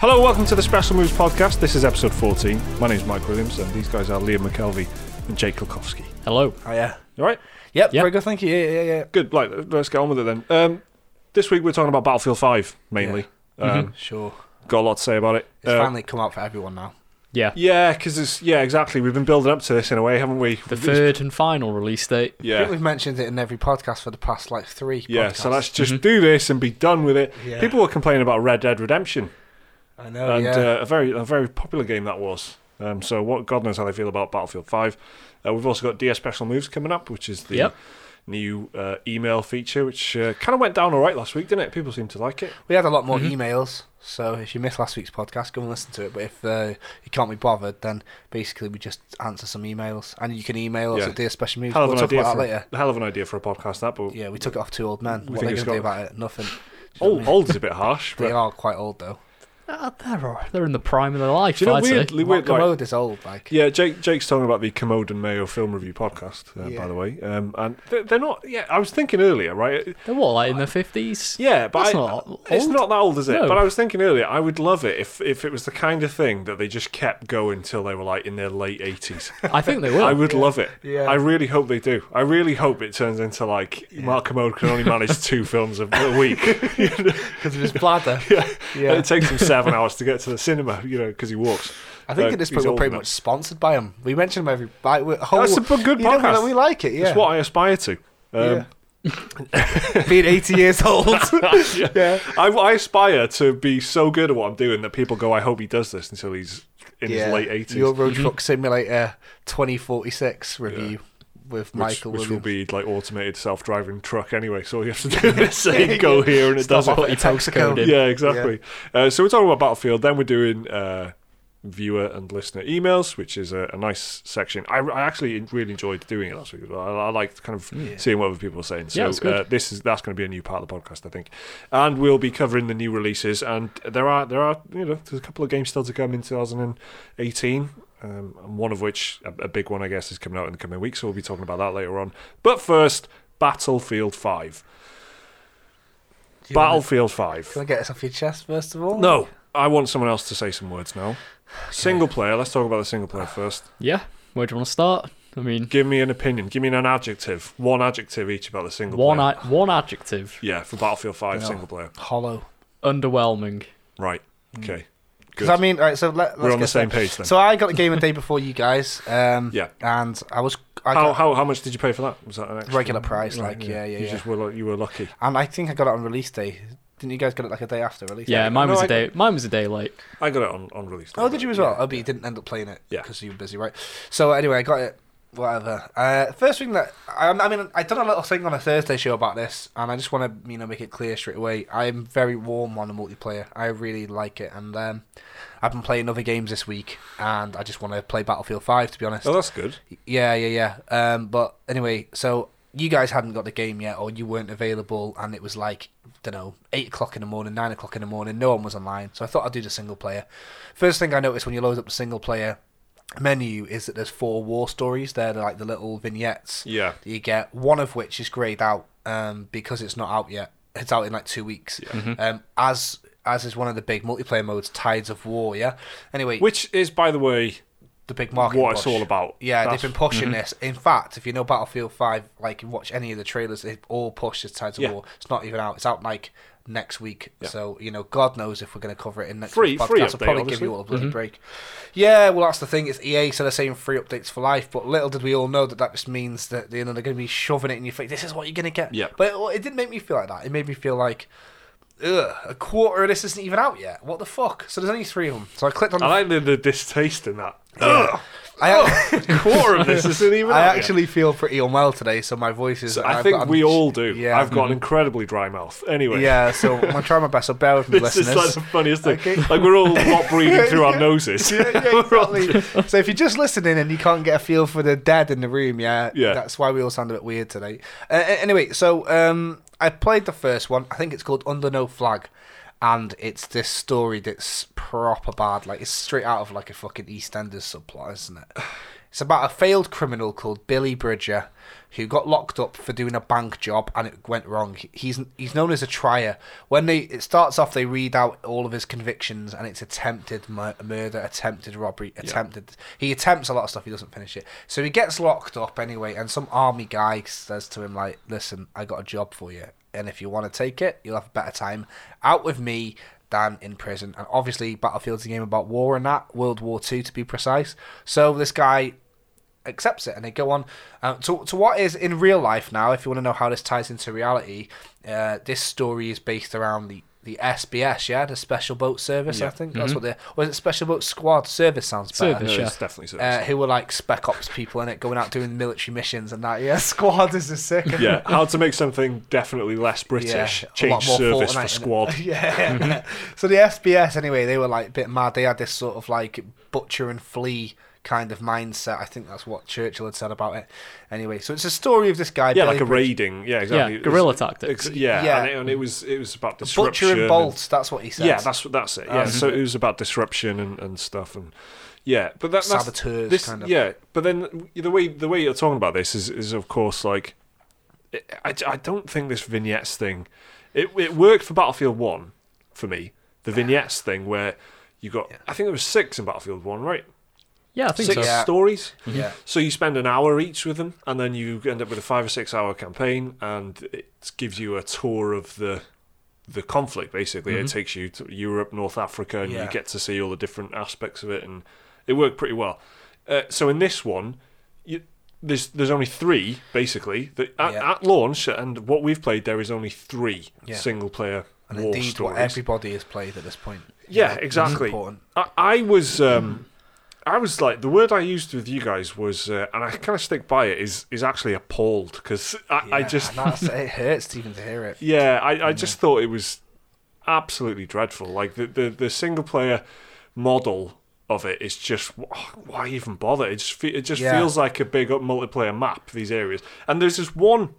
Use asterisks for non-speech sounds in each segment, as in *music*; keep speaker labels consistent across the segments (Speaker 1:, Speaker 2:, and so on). Speaker 1: Hello, welcome to the Special Moves podcast. This is episode 14. My name's Mike Williams, and these guys are Liam McKelvey and Jake Lukowski.
Speaker 2: Hello.
Speaker 3: Oh yeah.
Speaker 1: You all right?
Speaker 3: Yep,
Speaker 2: Yeah.
Speaker 3: very good, thank you. Yeah, yeah, yeah.
Speaker 1: Good. Like, let's get on with it then. Um, this week we're talking about Battlefield 5 mainly. Um,
Speaker 3: Sure.
Speaker 1: Got a lot to say about it.
Speaker 3: Mm-hmm. It's
Speaker 1: Uh,
Speaker 3: finally come out for everyone now.
Speaker 2: Yeah.
Speaker 1: Yeah, because it's yeah, exactly. We've been building up to this in a way, haven't we?
Speaker 2: The third and final release date.
Speaker 3: I think
Speaker 1: Yeah.
Speaker 3: we've mentioned it in every podcast for the past like three
Speaker 1: Yeah,
Speaker 3: podcasts.
Speaker 1: so let's just do this and be done with it.
Speaker 3: Mm-hmm. Yeah.
Speaker 1: People were complaining about Red Dead Redemption,
Speaker 3: I know,
Speaker 1: and
Speaker 3: Oh, yeah.
Speaker 1: uh, a very a very popular game that was. Um, so what God knows how they feel about Battlefield Five. Uh, we've also got DS Special Moves coming up, which is the
Speaker 2: Yep.
Speaker 1: new uh, email feature, which uh, kind of went down all right last week, didn't it? People seem to like it.
Speaker 3: we had a lot more emails, so if you missed last week's podcast, go and listen to it. But if uh, you can't be bothered, then basically we just answer some emails. And you can email us
Speaker 1: Yeah.
Speaker 3: at Dear Special Moves.
Speaker 1: Hell of
Speaker 3: we'll
Speaker 1: an
Speaker 3: talk
Speaker 1: idea
Speaker 3: about
Speaker 1: for
Speaker 3: that later.
Speaker 1: hell of an idea for a podcast. That, but
Speaker 3: Yeah, we took it off two old men.
Speaker 1: We
Speaker 3: what
Speaker 1: think
Speaker 3: are they
Speaker 1: it's
Speaker 3: going to do
Speaker 1: got- Oh,
Speaker 3: about it? Nothing. Do you know what I
Speaker 1: old,
Speaker 3: mean?
Speaker 1: old is a bit
Speaker 3: *laughs*
Speaker 1: harsh.
Speaker 3: They
Speaker 1: But
Speaker 3: are quite old, though.
Speaker 2: Uh, they're, all- they're in the prime of their life,
Speaker 1: do you know
Speaker 2: I'd say.
Speaker 1: weirdly, weird,
Speaker 3: Mark
Speaker 1: like-
Speaker 3: Commode is old, like.
Speaker 1: Yeah, Jake. Jake's talking about the Commode and Mayo film review podcast, uh, by
Speaker 3: Yeah.
Speaker 1: the way. Um, and they're, they're not. Yeah, I was thinking earlier, right?
Speaker 2: They're what, like in their 50s?
Speaker 1: Yeah, but
Speaker 2: That's
Speaker 1: I,
Speaker 2: not
Speaker 1: it's
Speaker 2: old.
Speaker 1: not that old, is it?
Speaker 2: No.
Speaker 1: But I was thinking earlier, I would love it if if it was the kind of thing that they just kept going till they were like in their late
Speaker 2: *laughs*
Speaker 1: eighties.
Speaker 2: I think they
Speaker 1: *laughs*
Speaker 2: will.
Speaker 1: I would love it.
Speaker 3: Yeah.
Speaker 1: I really hope they do. I really hope it turns into like Mark Commode can only manage
Speaker 3: *laughs*
Speaker 1: two films a, a week.
Speaker 3: Because of his bladder.
Speaker 1: *laughs* yeah.
Speaker 3: Yeah.
Speaker 1: It takes him
Speaker 3: *laughs*
Speaker 1: seven hours to get to the cinema, you know, because he walks.
Speaker 3: I think
Speaker 1: Uh,
Speaker 3: at this
Speaker 1: he's
Speaker 3: point we're
Speaker 1: old
Speaker 3: pretty
Speaker 1: enough.
Speaker 3: much sponsored by them. We mention them every. Like, we're- whole,
Speaker 1: That's a bu- good
Speaker 3: you know, we-
Speaker 1: podcast.
Speaker 3: we like it. Yeah,
Speaker 1: It's what I aspire to.
Speaker 3: *laughs*
Speaker 1: Um,
Speaker 3: Yeah. *laughs* being eighty
Speaker 1: *laughs*
Speaker 3: years old.
Speaker 1: yeah.
Speaker 3: yeah,
Speaker 1: I, I aspire to be so good at what I'm doing that people go, I hope he does this until he's in
Speaker 3: *laughs*
Speaker 1: his late Mm-hmm. 80s.
Speaker 3: Your Road Truck Simulator twenty forty six review
Speaker 1: which,
Speaker 3: with Michael
Speaker 1: which will
Speaker 3: Williams.
Speaker 1: be like automated self-driving truck anyway. So all you have to
Speaker 3: *laughs*
Speaker 1: do is say go here and it does
Speaker 3: Stop
Speaker 1: it.
Speaker 3: off at a Texaco.
Speaker 2: postcoded.
Speaker 1: Yeah, exactly. Uh, so we're talking about Battlefield. Then we're doing uh, viewer and listener emails, which is a, a nice section. I, I actually really enjoyed doing it last week as well. I, I liked kind of seeing what other people were saying. So
Speaker 2: Yeah, it's good.
Speaker 1: Uh, this is that's going to be a new part of the podcast, I think. And we'll be covering the new releases. And there are there are you know there's a couple of games still to come in 2018. Um, and one of which, a, a big one, I guess, is coming out in the coming week. So we'll be talking about that later on. But first, Battlefield 5.
Speaker 3: Do you wanna-
Speaker 1: Battlefield 5.
Speaker 3: Can I get this off your chest first of all?
Speaker 1: No, I want someone else to say some words now. Single player. Let's talk about the single player first.
Speaker 2: Yeah. Where do you want to start? I mean,
Speaker 1: Give me an opinion. Give me an adjective. One adjective each about the single
Speaker 2: one,
Speaker 1: player.
Speaker 2: ad- one adjective
Speaker 1: yeah, for Battlefield Five
Speaker 3: No.
Speaker 1: single player.
Speaker 3: hollow.
Speaker 2: underwhelming.
Speaker 1: Right. Okay. Good.
Speaker 3: Because Mm. I mean, right. So let,
Speaker 1: We're
Speaker 3: let's
Speaker 1: on the
Speaker 3: get
Speaker 1: same
Speaker 3: started.
Speaker 1: page then.
Speaker 3: So I got the game a day before you guys. Um,
Speaker 1: *laughs* Yeah.
Speaker 3: And I was I
Speaker 1: how,
Speaker 3: got
Speaker 1: how how much did you pay for that? Was that an extra?
Speaker 3: regular price,
Speaker 1: Right,
Speaker 3: like yeah, yeah, yeah.
Speaker 1: You just were lu- you were lucky.
Speaker 3: And I think I got it on release day. Didn't you guys get it like a day after release?
Speaker 2: Yeah,
Speaker 3: day?
Speaker 2: mine
Speaker 1: No,
Speaker 2: was
Speaker 1: I-
Speaker 2: a day. Mine was a day late.
Speaker 1: I got it on on release.
Speaker 3: Oh, did you as
Speaker 1: Yeah.
Speaker 3: well? Oh, but you didn't end up playing it
Speaker 1: Yeah.
Speaker 3: because you were busy, right? So anyway, I got it. Whatever. Uh, first thing that I, I mean, I done a little thing on a Thursday show about this, and I just want to you know make it clear straight away. I'm very warm on the multiplayer. I really like it, and um, I've been playing other games this week, and I just want to play Battlefield Five. To be honest,
Speaker 1: Oh, that's good.
Speaker 3: yeah, yeah, yeah. Um, but anyway, so you guys hadn't got the game yet, or you weren't available, and it was like don't know eight o'clock in the morning, nine o'clock in the morning. No one was online, so I thought I'd do the single player. First thing I noticed when you load up the single player menu is that there's four war stories. They're like the little vignettes
Speaker 1: Yeah.
Speaker 3: that you get. One of which is grayed out um, because it's not out yet. It's out in like two weeks.
Speaker 1: Mm-hmm.
Speaker 3: Um, as as is one of the big multiplayer modes, Tides of War. Yeah. Anyway,
Speaker 1: Which is, by the way,
Speaker 3: the big market.
Speaker 1: what it's
Speaker 3: push.
Speaker 1: all about.
Speaker 3: Yeah,
Speaker 1: That's- mm-hmm.
Speaker 3: they've been pushing this. In fact, if you know Battlefield Five, like you watch any of the trailers, they've all pushed this Tides of
Speaker 1: Yeah.
Speaker 3: War. It's not even out. It's out like next week.
Speaker 1: Yeah.
Speaker 3: So you know, God knows if we're going to cover it in next
Speaker 1: Free-
Speaker 3: week's podcast.
Speaker 1: free
Speaker 3: I'll
Speaker 1: update,
Speaker 3: probably give
Speaker 1: obviously.
Speaker 3: you all a bloody break. Yeah, well that's the thing. It's EA, so they're saying free updates for life. But little did we all know that that just means that you know they're going to be shoving it in your face. This is what you're going to get.
Speaker 1: Yeah.
Speaker 3: But it, it didn't make me feel like that. It made me feel like. Ugh, a quarter of this isn't even out yet. What the fuck? So there's only three of them. So I clicked on
Speaker 1: I
Speaker 3: the.
Speaker 1: like the, the distaste in that.
Speaker 3: Yeah. I,
Speaker 1: Oh.
Speaker 3: *laughs*
Speaker 1: Core of this isn't even.
Speaker 3: I
Speaker 1: out yet.
Speaker 3: actually feel pretty unwell today, so my voice is.
Speaker 1: So
Speaker 3: I've
Speaker 1: I think
Speaker 3: got-
Speaker 1: we all do.
Speaker 3: Yeah. Mm-hmm.
Speaker 1: I've got an incredibly dry mouth. Anyway.
Speaker 3: Yeah, so I'm gonna try my best. So bear with
Speaker 1: *laughs*
Speaker 3: me,
Speaker 1: This is like
Speaker 3: listeners.
Speaker 1: the funniest thing.
Speaker 3: Okay.
Speaker 1: Like we're all
Speaker 3: *laughs*
Speaker 1: not breathing through our noses.
Speaker 2: *laughs*
Speaker 3: yeah, yeah,
Speaker 1: *laughs*
Speaker 3: exactly. so if you're just listening and you can't get a feel for the dead in the room, yeah,
Speaker 1: Yeah.
Speaker 3: that's why we all sound a bit weird today. Uh, a- anyway, so um, I played the first one. I think it's called Under No Flag, and it's this story that's proper bad. Like it's straight out of like a fucking EastEnders subplot, isn't it? It's about a failed criminal called Billy Bridger who got locked up for doing a bank job and it went wrong. He's he's known as a trier. When they it starts off, they read out all of his convictions and it's attempted mur- murder, attempted robbery, attempted. He attempts a lot of stuff. He doesn't finish it, so he gets locked up anyway. And some army guy says to him like, "Listen, I got a job for you, and if you want to take it, you'll have a better time out with me." than in prison, and obviously Battlefield's a game about war and that World War Two to be precise. So this guy accepts it and they go on uh, to, to what is in real life now if you want to know how this ties into reality uh, this story is based around the the SBS yeah the special boat service I
Speaker 1: Yeah.
Speaker 3: think that's what they was it special boat squad service sounds better
Speaker 2: Service.
Speaker 1: No,
Speaker 2: Sure.
Speaker 1: it's definitely so.
Speaker 3: uh, who were like spec ops people in it going out doing military missions and that yeah *laughs* squad is a sick *laughs*
Speaker 1: yeah, how to make something definitely less British.
Speaker 3: Yeah, a lot
Speaker 1: change
Speaker 3: more
Speaker 1: service
Speaker 3: Fortnite in
Speaker 1: for
Speaker 3: it. *laughs*
Speaker 1: squad. Mm-hmm.
Speaker 3: yeah. *laughs* so the SBS anyway, they were like a bit mad. They had this sort of like butcher and flea kind of mindset. I think that's what Churchill had said about it. Anyway, so it's a story of this guy.
Speaker 1: Yeah,
Speaker 3: Billy
Speaker 1: like a
Speaker 3: Bridge-
Speaker 1: raiding. Yeah, exactly. It's-
Speaker 2: guerrilla tactics.
Speaker 1: Ex- yeah,
Speaker 3: Yeah.
Speaker 1: And, it, and it was it was about disruption.
Speaker 3: Butcher and Bolt. That's what he said.
Speaker 1: yeah, that's that's it.
Speaker 3: Um,
Speaker 1: Yeah, so it was about disruption and, and stuff and yeah, but that, that's
Speaker 3: Saboteurs,
Speaker 1: this-
Speaker 3: kind of.
Speaker 1: Yeah, but then the way the way you're talking about this is is of course like I, I don't think this vignettes thing it it worked for Battlefield One for me. The vignettes thing where you got I think there was six in Battlefield One, right?
Speaker 2: Yeah, I think
Speaker 1: Six
Speaker 2: so. Mm-hmm.
Speaker 3: Yeah.
Speaker 1: stories.
Speaker 3: yeah.
Speaker 1: So you spend an hour each with them, and then you end up with a five or six hour campaign, and it gives you a tour of the the conflict. Basically, it takes you to Europe, North Africa, and
Speaker 3: Mm-hmm. Yeah.
Speaker 1: you get to see all the different aspects of it, and it worked pretty well. Uh, so in this one, you, there's there's only three basically that at,
Speaker 3: Yeah.
Speaker 1: at launch, and what we've played there is only three
Speaker 3: Yeah.
Speaker 1: single player
Speaker 3: And
Speaker 1: war
Speaker 3: indeed,
Speaker 1: stories.
Speaker 3: what everybody has played at this point.
Speaker 1: Yeah,
Speaker 3: it's
Speaker 1: exactly.
Speaker 3: important.
Speaker 1: I, I was um, I was like the word I used with you guys was, uh, and I kind of stick by it is is actually appalled because I, I
Speaker 3: Yeah,
Speaker 1: just
Speaker 3: and that's, it hurts to even to hear
Speaker 1: *laughs*
Speaker 3: it.
Speaker 1: yeah I, I just thought it was absolutely dreadful. Like the the, the single player model of it is just wh- why even bother? It just fe- it just
Speaker 3: Yeah.
Speaker 1: feels like a big up multiplayer map these areas, and there's this one.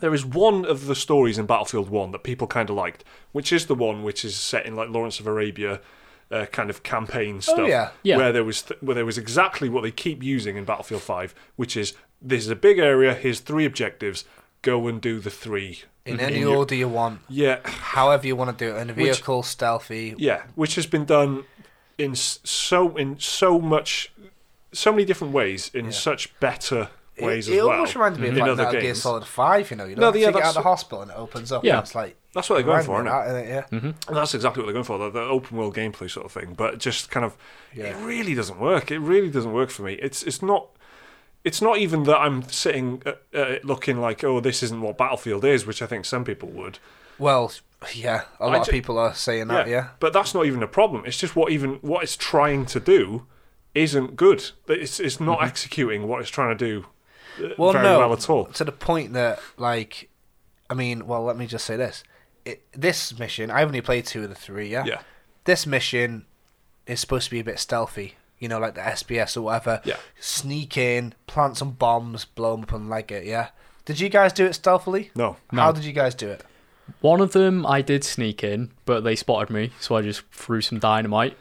Speaker 1: There is one of the stories in Battlefield One that people kind of liked, which is the one which is set in like Lawrence of Arabia, uh, kind of campaign stuff.
Speaker 3: Oh, yeah.
Speaker 2: Yeah.
Speaker 1: Where there was th- where there was exactly what they keep using in Battlefield Five, which is this is a big area. Here's three objectives. Go and do the three.
Speaker 3: In any
Speaker 1: your-
Speaker 3: order you want,
Speaker 1: Yeah,
Speaker 3: however you want to do it, in a vehicle, stealthy.
Speaker 1: yeah, which has been done in s- so in so much, so many different ways in such better
Speaker 3: It,
Speaker 1: ways
Speaker 3: it
Speaker 1: as well. Mm-hmm.
Speaker 3: almost reminds me of
Speaker 1: in
Speaker 3: like
Speaker 1: other
Speaker 3: Metal Gear
Speaker 1: games.
Speaker 3: Solid Five. You know, you don't
Speaker 1: No,
Speaker 3: have to
Speaker 1: yeah,
Speaker 3: get out of
Speaker 1: that's-
Speaker 3: the hospital and it opens up.
Speaker 2: Yeah.
Speaker 3: and it's like
Speaker 1: That's what they're going
Speaker 3: reminds
Speaker 1: for, isn't
Speaker 3: me
Speaker 1: it?
Speaker 3: of
Speaker 1: Mm-hmm.
Speaker 3: that, innit? Yeah.
Speaker 1: And that's exactly what they're going for, the, the open world gameplay sort of thing. But just kind of, it
Speaker 3: Yeah.
Speaker 1: really doesn't work. It really doesn't work for me. It's it's not. It's not even that I'm sitting at, at it looking like, oh, this isn't what Battlefield is, which I think some people would.
Speaker 3: Well, yeah, a lot
Speaker 1: I
Speaker 3: of
Speaker 1: ju-
Speaker 3: people are saying that. Yeah,
Speaker 1: But that's not even a problem. It's just what even what it's trying to do isn't good. It's it's not executing what it's trying to do uh,
Speaker 3: Mm-hmm. well,
Speaker 1: very
Speaker 3: no,
Speaker 1: well at all.
Speaker 3: to the point that like, I mean, well, let me just say this: it, this mission, I've only played two of the three. Yeah,
Speaker 1: Yeah.
Speaker 3: This mission is supposed to be a bit stealthy. You know, like the SBS or whatever.
Speaker 1: Yeah.
Speaker 3: Sneak in, plant some bombs, blow them up, and leg it. Yeah. Did you guys do it stealthily?
Speaker 1: No.
Speaker 2: No.
Speaker 3: How did you guys do it?
Speaker 2: One of them I did sneak in, but they spotted me, so I just threw some dynamite.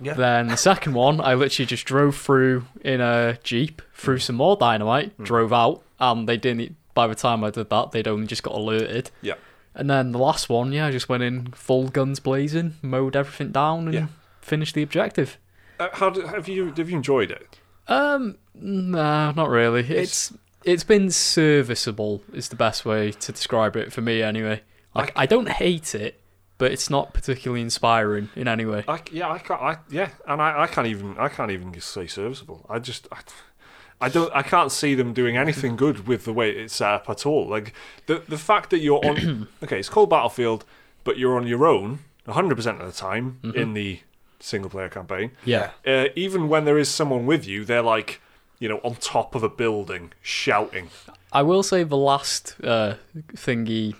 Speaker 3: Yeah.
Speaker 2: Then the second one, I literally just drove through in a jeep, threw
Speaker 1: Mm.
Speaker 2: some more dynamite, drove out, and they didn't. e, By the time I did that, they'd only just got alerted.
Speaker 1: Yeah.
Speaker 2: And then the last one, yeah, I just went in full guns blazing, mowed everything down, and
Speaker 1: Yeah.
Speaker 2: finished the objective.
Speaker 1: Uh, how do, have you have you enjoyed it?
Speaker 2: Um, nah, not really. It's it's been serviceable is the best way to describe it for me anyway. Like I don't hate it, but it's not particularly inspiring in any way.
Speaker 1: I, yeah, I can't. I, yeah, and I, I can't even I can't even say serviceable. I just. I, I don't. I can't see them doing anything good with the way it's set up at all. Like the the fact that you're
Speaker 2: *coughs*
Speaker 1: on. okay, it's called Battlefield, but you're on your own 100 percent of the time
Speaker 2: Mm-hmm.
Speaker 1: in the single player campaign.
Speaker 2: Yeah.
Speaker 1: uh, even when there is someone with you, they're like, you know, on top of a building shouting.
Speaker 2: I will say the last uh thingy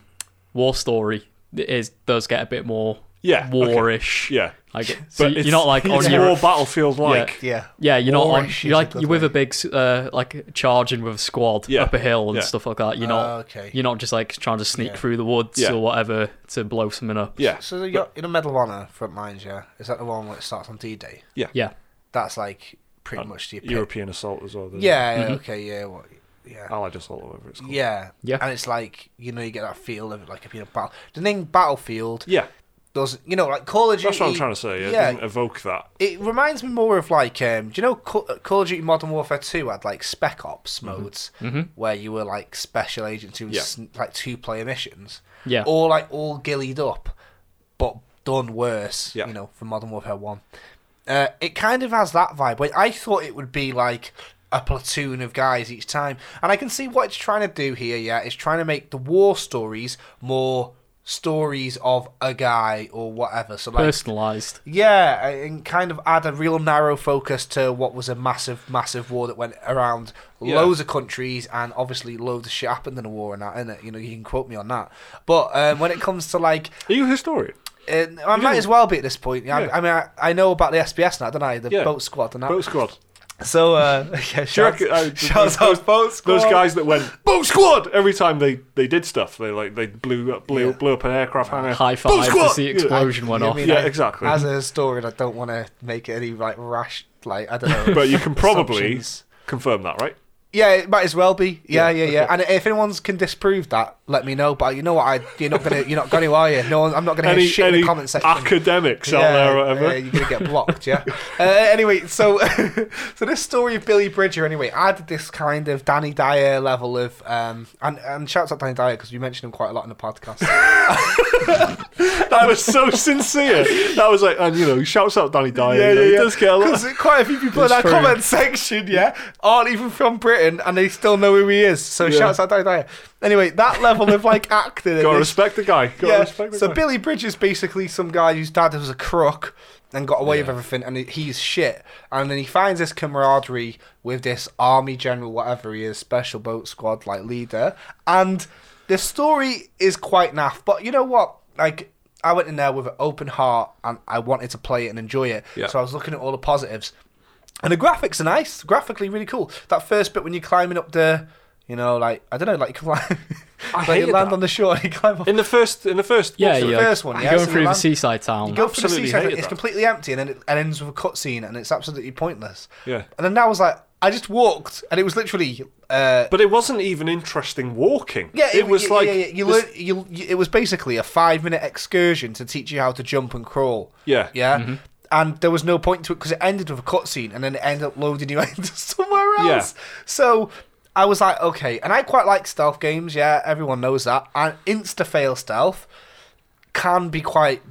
Speaker 2: war story is does get a bit more
Speaker 1: Yeah, okay.
Speaker 2: warish.
Speaker 1: Yeah.
Speaker 2: I get, so you're not like
Speaker 1: *laughs*
Speaker 2: on
Speaker 1: it's
Speaker 2: your
Speaker 1: more battlefield like.
Speaker 3: Yeah.
Speaker 2: Yeah, you're not on.
Speaker 3: Warish is
Speaker 2: You're like
Speaker 3: a good
Speaker 2: you're with
Speaker 3: way.
Speaker 2: a big s- uh, like charging with a squad
Speaker 1: Yeah,
Speaker 2: up a hill and
Speaker 1: yeah.
Speaker 2: stuff like that. You're
Speaker 3: Oh,
Speaker 2: not.
Speaker 3: okay.
Speaker 2: You're not just like trying to sneak
Speaker 3: Yeah.
Speaker 2: through the woods
Speaker 1: Yeah.
Speaker 2: or whatever to blow something up.
Speaker 1: Yeah.
Speaker 3: So you got in a Medal of Honor front lines, yeah. Is that the one that starts on D Day?
Speaker 1: Yeah.
Speaker 2: Yeah.
Speaker 3: That's like pretty
Speaker 2: Um,
Speaker 1: And
Speaker 3: much the epi-
Speaker 1: European assault as well. the
Speaker 3: Yeah, yeah,
Speaker 2: Mhm.
Speaker 3: okay, yeah, what, yeah.
Speaker 1: Allied assault, or whatever it's called.
Speaker 3: Yeah.
Speaker 2: Oh. Yeah.
Speaker 3: And it's like, you know, you get that feel of it like a you know, battle. The name Battlefield
Speaker 1: yeah,
Speaker 3: doesn't, you know, like Call of Duty.
Speaker 1: that's what I'm trying to say. It
Speaker 3: yeah.
Speaker 1: doesn't evoke that.
Speaker 3: It reminds me more of like, um, do you know, Call, Call of Duty Modern Warfare 2 had like Spec Ops modes
Speaker 2: Mhm.
Speaker 3: where you were like special agents who was
Speaker 1: Mm-hmm. Yeah.
Speaker 3: sn- like two player missions.
Speaker 2: Yeah.
Speaker 3: All like all gillied up, but done worse,
Speaker 1: Yeah.
Speaker 3: you know, for Modern Warfare 1. Uh, it kind of has that vibe. Where I thought it would be like a platoon of guys each time. And I can see what it's trying to do here, yeah. It's trying to make the war stories more stories of a guy or whatever. So, like,
Speaker 2: Personalized.
Speaker 3: yeah, and kind of add a real narrow focus to what was a massive, massive war that went around
Speaker 1: Yeah.
Speaker 3: loads of countries, and obviously loads of shit happened in a war and that, innit? You know, you can quote me on that. But um, when it comes to like,
Speaker 1: Are you a historian?
Speaker 3: uh, I might as well be at this point. I,
Speaker 1: Yeah.
Speaker 3: I mean, I, I know about the SBS now, don't I? The
Speaker 1: Yeah.
Speaker 3: boat squad and that.
Speaker 1: Boat squad.
Speaker 3: So, uh, *laughs* yeah, shouts,
Speaker 1: reckon- uh,
Speaker 3: shouts
Speaker 1: those-
Speaker 3: out boat squad.
Speaker 1: Those guys that went boat squad every time they, they did stuff. They like they blew up blew,
Speaker 3: Yeah.
Speaker 1: blew up an aircraft hangar.
Speaker 2: High
Speaker 1: Boat
Speaker 2: five
Speaker 1: squad!
Speaker 2: as the explosion went
Speaker 3: You
Speaker 2: off.
Speaker 3: mean,
Speaker 1: Yeah,
Speaker 3: I-
Speaker 1: exactly.
Speaker 3: As a historian, I don't want to make any like rash, like I don't
Speaker 1: *laughs*
Speaker 3: know.
Speaker 1: But you can probably
Speaker 3: *laughs* assumptions.
Speaker 1: confirm that, right?
Speaker 3: Yeah, it might as well be. Yeah,
Speaker 1: Yeah,
Speaker 3: yeah, yeah. And if anyone can disprove that, let me know. But you know what? I, you're not gonna, you're not gonna, are you? No, one- I'm not gonna hear
Speaker 1: any
Speaker 3: shit in
Speaker 1: any
Speaker 3: the comment section.
Speaker 1: academics out there, or whatever.
Speaker 3: yeah, you're gonna get blocked. Yeah. uh, anyway, so *laughs* so this story of Billy Bridger. Anyway, added this kind of Danny Dyer level of um, and and shouts out Danny Dyer because we mentioned him quite a lot in the podcast.
Speaker 1: That was
Speaker 3: *laughs*
Speaker 1: so sincere. That was like, and you know, shouts out Danny Dyer.
Speaker 3: Yeah,
Speaker 1: you know,
Speaker 3: yeah,
Speaker 1: he
Speaker 3: yeah.
Speaker 1: does get *laughs* a
Speaker 3: *laughs*
Speaker 1: lot.
Speaker 3: Because quite a few people in
Speaker 2: It's
Speaker 3: our
Speaker 2: true.
Speaker 3: comment section, yeah, aren't even from Britain and they still know who he is. So
Speaker 1: Yeah.
Speaker 3: shouts out Danny Dyer. Anyway, that level of like acting. in
Speaker 1: Gotta
Speaker 3: this-
Speaker 1: respect the guy. *laughs* Gotta
Speaker 3: yeah.
Speaker 1: respect the
Speaker 3: So
Speaker 1: guy.
Speaker 3: Billy Bridges basically some guy whose dad was a crook and got away with
Speaker 2: Yeah.
Speaker 3: everything, and he- he's shit. And then he finds this camaraderie with this army general, whatever he is, special boat squad like leader. And the story is quite naff, but you know what? Like I went in there with an open heart, and I wanted to play it and enjoy it.
Speaker 1: Yeah.
Speaker 3: So I was looking at all the positives. And the graphics are nice, graphically really cool. That first bit when you're climbing up the, you know, like I don't know, like you climb, *laughs* like you
Speaker 1: hated
Speaker 3: land
Speaker 1: that.
Speaker 3: on the shore, and you climb up
Speaker 1: in the first, in the first,
Speaker 2: Yeah,
Speaker 1: what's it-
Speaker 2: yeah.
Speaker 3: first one,
Speaker 2: You're
Speaker 3: yeah,
Speaker 2: going
Speaker 3: so
Speaker 2: through
Speaker 3: you
Speaker 2: the
Speaker 3: land-
Speaker 2: seaside town.
Speaker 3: You go for the
Speaker 1: Absolutely
Speaker 3: seaside,
Speaker 1: hated
Speaker 3: it's
Speaker 1: that.
Speaker 3: completely empty, and then it and ends with a cutscene, and it's absolutely pointless.
Speaker 1: Yeah.
Speaker 3: And then that was like, I just walked, and it was literally, uh,
Speaker 1: But it wasn't even interesting walking.
Speaker 3: yeah,
Speaker 1: it, was
Speaker 3: yeah,
Speaker 1: like
Speaker 3: yeah, yeah, you
Speaker 1: this-
Speaker 3: learn, you, you, it was basically a five-minute excursion to teach you how to jump and crawl.
Speaker 1: Yeah.
Speaker 3: yeah. And there was no point to it because it ended with a cutscene, and then it ended up loading you *laughs* into somewhere
Speaker 1: Yeah.
Speaker 3: else. So. I was like, okay, and I quite like stealth games. Yeah, everyone knows that. And insta fail stealth, can be quite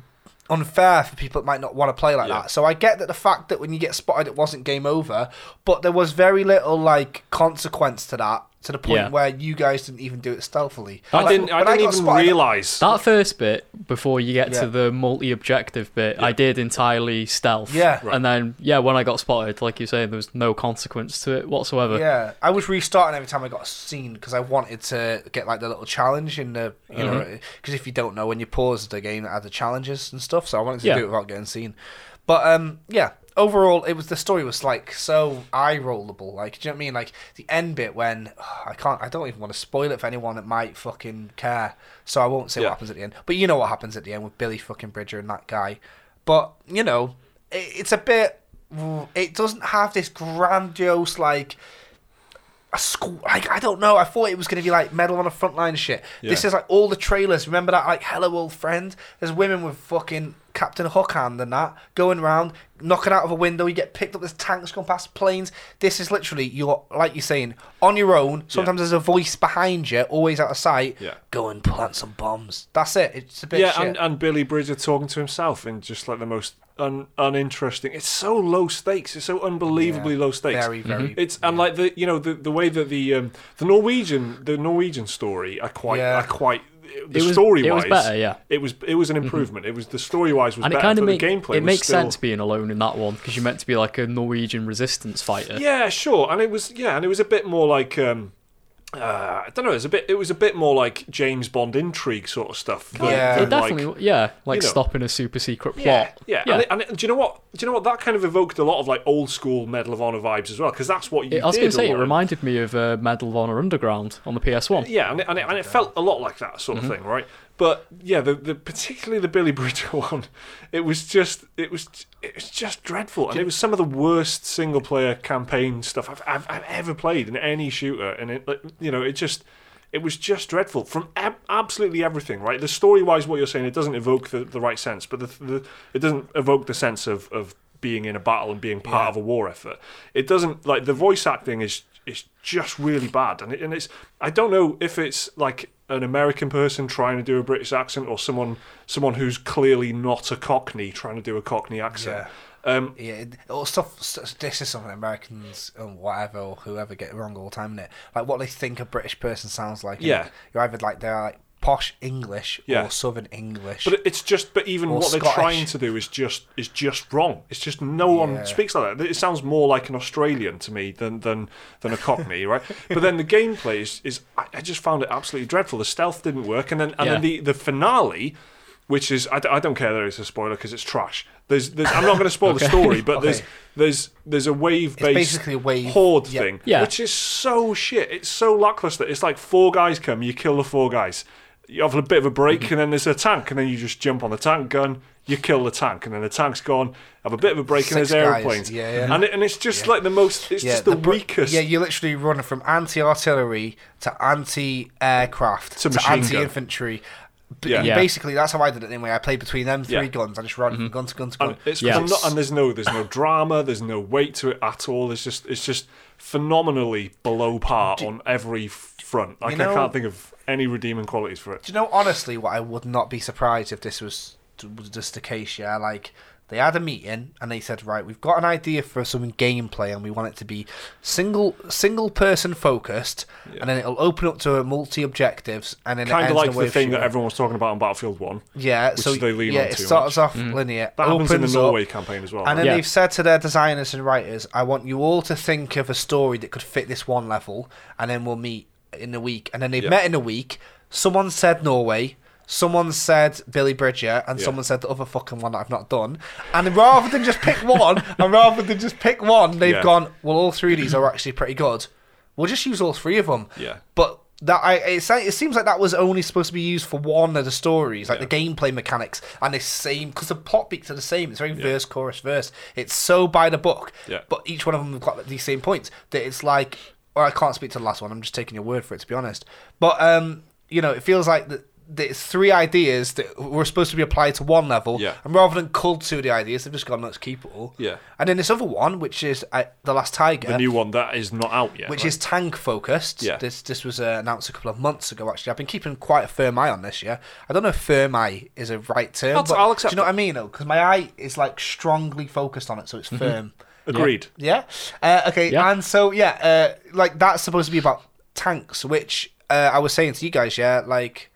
Speaker 3: unfair for people that might not want to play like
Speaker 1: Yeah.
Speaker 3: that. So I get that the fact that when you get spotted, it wasn't game over, but there was very little like consequence to that to the point
Speaker 2: Yeah.
Speaker 3: where you guys didn't even do it stealthily.
Speaker 1: I
Speaker 3: Like,
Speaker 1: didn't. I
Speaker 3: when
Speaker 1: didn't
Speaker 3: got
Speaker 1: even
Speaker 3: spotted-
Speaker 1: realize.
Speaker 2: That first bit, before you get
Speaker 3: Yeah.
Speaker 2: to the multi-objective bit, I did entirely stealth.
Speaker 3: Yeah.
Speaker 1: Right.
Speaker 2: And then, yeah, when I got spotted, like you say, there was no consequence to it whatsoever.
Speaker 3: Yeah, I was restarting every time I got a scene because I wanted to get like the little challenge in the you know because if you don't know when you pause the game, it had the challenges and stuff. So I wanted to
Speaker 2: Yeah.
Speaker 3: do it without getting seen. But um, yeah, overall, it was the story was like so eye rollable. Like, do you know what I mean? Like the end bit when I can't, I don't even want to spoil it for anyone that might fucking care. So I won't say
Speaker 1: Yeah.
Speaker 3: what happens at the end. But you know what happens at the end with Billy fucking Bridger and that guy. But you know, it, it's a bit. It doesn't have this grandiose like a school like I don't know. I thought it was gonna be like medal on a frontline shit. This
Speaker 1: Yeah.
Speaker 3: is like all the trailers. Remember that like hello old friend? There's women with fucking Captain Hook hand and that going around, knocking out of a window, you get picked up, there's tanks going past planes. This is literally you're like you're saying, on your own, sometimes there's a voice behind you, always out of sight.
Speaker 1: Yeah.
Speaker 3: Go and plant some bombs. That's it. It's a bit
Speaker 1: yeah,
Speaker 3: shit.
Speaker 1: and, and Billy Bridger talking to himself in just like the most un, uninteresting. It's so low stakes. It's so unbelievably low stakes. Mm-hmm.
Speaker 3: Very, very
Speaker 1: It's and like the you know the, the way that the um, the Norwegian the Norwegian story are quite
Speaker 3: Yeah.
Speaker 1: are quite the
Speaker 2: It was-
Speaker 1: story wise
Speaker 2: it was better, yeah.
Speaker 1: it was it was an improvement it was the story wise was
Speaker 2: And it
Speaker 1: better
Speaker 2: kind
Speaker 1: but
Speaker 2: of make,
Speaker 1: the gameplay
Speaker 2: it
Speaker 1: was
Speaker 2: makes
Speaker 1: still-
Speaker 2: sense being alone in that one because you're meant to be like a Norwegian resistance fighter.
Speaker 1: yeah sure and it was yeah and it was a bit more like um, uh, I don't know it was a bit it was a bit more like James Bond intrigue sort of stuff than-
Speaker 3: Yeah.
Speaker 1: than
Speaker 2: It
Speaker 1: like-
Speaker 2: definitely, yeah, like
Speaker 1: you know.
Speaker 2: stopping a super secret plot.
Speaker 3: Yeah.
Speaker 1: Yeah,
Speaker 2: Yeah.
Speaker 1: And, it- and, it- do you know what? Do you know what? That kind of evoked a lot of like old school Medal of Honor vibes as well, because that's what you.
Speaker 2: It- I was
Speaker 1: did
Speaker 2: going
Speaker 1: a
Speaker 2: to say, it
Speaker 1: lot.
Speaker 2: reminded me of uh, Medal of Honor Underground on the PS1.
Speaker 1: Yeah, and it, and, it, and it felt a lot like that sort of thing, right? But yeah, the, the particularly the Billy Bridger *laughs* one, it was just it was it was just dreadful, and it was some of the worst single player campaign stuff I've, I've, I've ever played in any shooter, and it like, you know it just. It was just dreadful from ab- absolutely everything, right? The story-wise, what you're saying, it doesn't evoke the, the right sense, but the, the it doesn't evoke the sense of, of being in a battle and being part of a war effort. It doesn't like the voice acting is is just really bad, and it, and it's I don't know if it's like an American person trying to do a British accent or someone someone who's clearly not a Cockney trying to do a Cockney accent. Um,
Speaker 3: Yeah, it- or stuff. s- This is something Americans or whatever or whoever get wrong all the time, is it? Like what they think a British person sounds like. and
Speaker 1: Yeah.
Speaker 3: you're either like they're like posh English
Speaker 1: Yeah.
Speaker 3: or Southern English.
Speaker 1: But it's just, but even
Speaker 3: Or
Speaker 1: what they're
Speaker 3: Scottish.
Speaker 1: trying to do is just is just wrong. It's just no
Speaker 3: Yeah.
Speaker 1: one speaks like that. It sounds more like an Australian to me than than than a Cockney, *laughs* right? But then the gameplay is, is I, I just found it absolutely dreadful. The stealth didn't work, and then and then the
Speaker 2: Yeah.
Speaker 1: the finale. Which is I, d- I don't care that it's a spoiler because it's trash. There's, there's I'm not going to spoil the story, but there's
Speaker 3: *laughs* Okay.
Speaker 1: there's there's a wave based
Speaker 3: basically a wave-
Speaker 1: horde
Speaker 3: yeah.
Speaker 1: thing,
Speaker 2: Yeah.
Speaker 1: which is so shit. It's so lackluster. It's like four guys come, you kill the four guys. You have a bit of a break,
Speaker 3: Mm-hmm.
Speaker 1: and then there's a tank, and then you just jump on the tank gun, you kill the tank, and then the tank's gone. Have a bit of a break, and
Speaker 3: Six
Speaker 1: there's
Speaker 3: guys,
Speaker 1: airplanes.
Speaker 3: yeah, yeah.
Speaker 1: And, it, and it's just like the most. It's just the,
Speaker 3: br-
Speaker 1: weakest.
Speaker 3: Yeah, you're literally running from anti-artillery to anti-aircraft
Speaker 1: To
Speaker 3: to,
Speaker 1: machine gun.
Speaker 3: anti-infantry. B-
Speaker 1: Yeah.
Speaker 3: you
Speaker 2: Yeah.
Speaker 3: Basically, that's how I did it anyway. I played between them three
Speaker 1: Yeah. Mm-hmm.
Speaker 3: guns. I just ran from gun to gun to gun.
Speaker 1: And it's
Speaker 2: Yeah.
Speaker 1: I'm not- and there's no there's
Speaker 3: *laughs*
Speaker 1: no drama, there's no weight to it at all. It's just it's just phenomenally below par on every front. Like I
Speaker 3: know-
Speaker 1: can't think of any redeeming qualities for it.
Speaker 3: Do you know honestly what I would not be surprised if this was was just the case? Yeah, like they had a meeting and they said, right, we've got an idea for some gameplay and we want it to be single single person focused, and then it'll open up to multi objectives, and then
Speaker 1: Kind of
Speaker 3: it ends
Speaker 1: like
Speaker 3: in a way
Speaker 1: the thing that
Speaker 3: shooting.
Speaker 1: everyone was talking about on Battlefield One.
Speaker 3: yeah, so
Speaker 1: they lean
Speaker 3: yeah,
Speaker 1: on
Speaker 3: it
Speaker 1: too
Speaker 3: starts off linear,
Speaker 1: That happens in the
Speaker 3: opens up,
Speaker 1: Norway campaign as well.
Speaker 3: and
Speaker 1: right?
Speaker 3: then
Speaker 2: Yeah.
Speaker 3: they've said to their designers and writers, I want you all to think of a story that could fit this one level, and then we'll meet in a week. And then they've
Speaker 1: Yeah.
Speaker 3: met in a week. Someone said Norway. Someone said Billy Bridger, and
Speaker 1: Yeah.
Speaker 3: someone said the other fucking one that I've not done. And rather than just
Speaker 1: *laughs*
Speaker 3: pick one, and rather than just pick one, they've
Speaker 1: Yeah.
Speaker 3: gone. Well, all three of these are actually pretty good. We'll just use all three of them.
Speaker 1: Yeah.
Speaker 3: But that I it's like, it seems like that was only supposed to be used for one of the stories, like the gameplay mechanics and the same because the plot beats are the same. It's very verse, chorus, verse. It's so by the book.
Speaker 1: Yeah.
Speaker 3: But each one of them have got these same points that it's like. Or I can't speak to the last one. I'm just taking your word for it, to be honest. But um, you know, it feels like that. that It's three ideas that were supposed to be applied to one level,
Speaker 1: Yeah.
Speaker 3: and rather than cull two of the ideas, they've just gone let's keep it all.
Speaker 1: Yeah.
Speaker 3: And then this other one, which is uh, the Last Tiger,
Speaker 1: the new one that is not out yet.
Speaker 3: which
Speaker 1: right?
Speaker 3: is tank focused.
Speaker 1: Yeah.
Speaker 3: This this was uh, announced a couple of months ago. Actually, I've been keeping quite a firm eye on this. Yeah, I don't know if firm eye is a right term.
Speaker 1: I'll-
Speaker 3: but
Speaker 1: I'll accept
Speaker 3: Do you know
Speaker 1: it.
Speaker 3: what I mean? Because my eye is like strongly focused on it, so it's
Speaker 1: Mm-hmm.
Speaker 3: firm.
Speaker 1: agreed.
Speaker 3: Yeah. Uh, okay.
Speaker 2: Yeah.
Speaker 3: And so yeah, uh, like that's supposed to be about tanks, which uh, I was saying to you guys. Yeah, like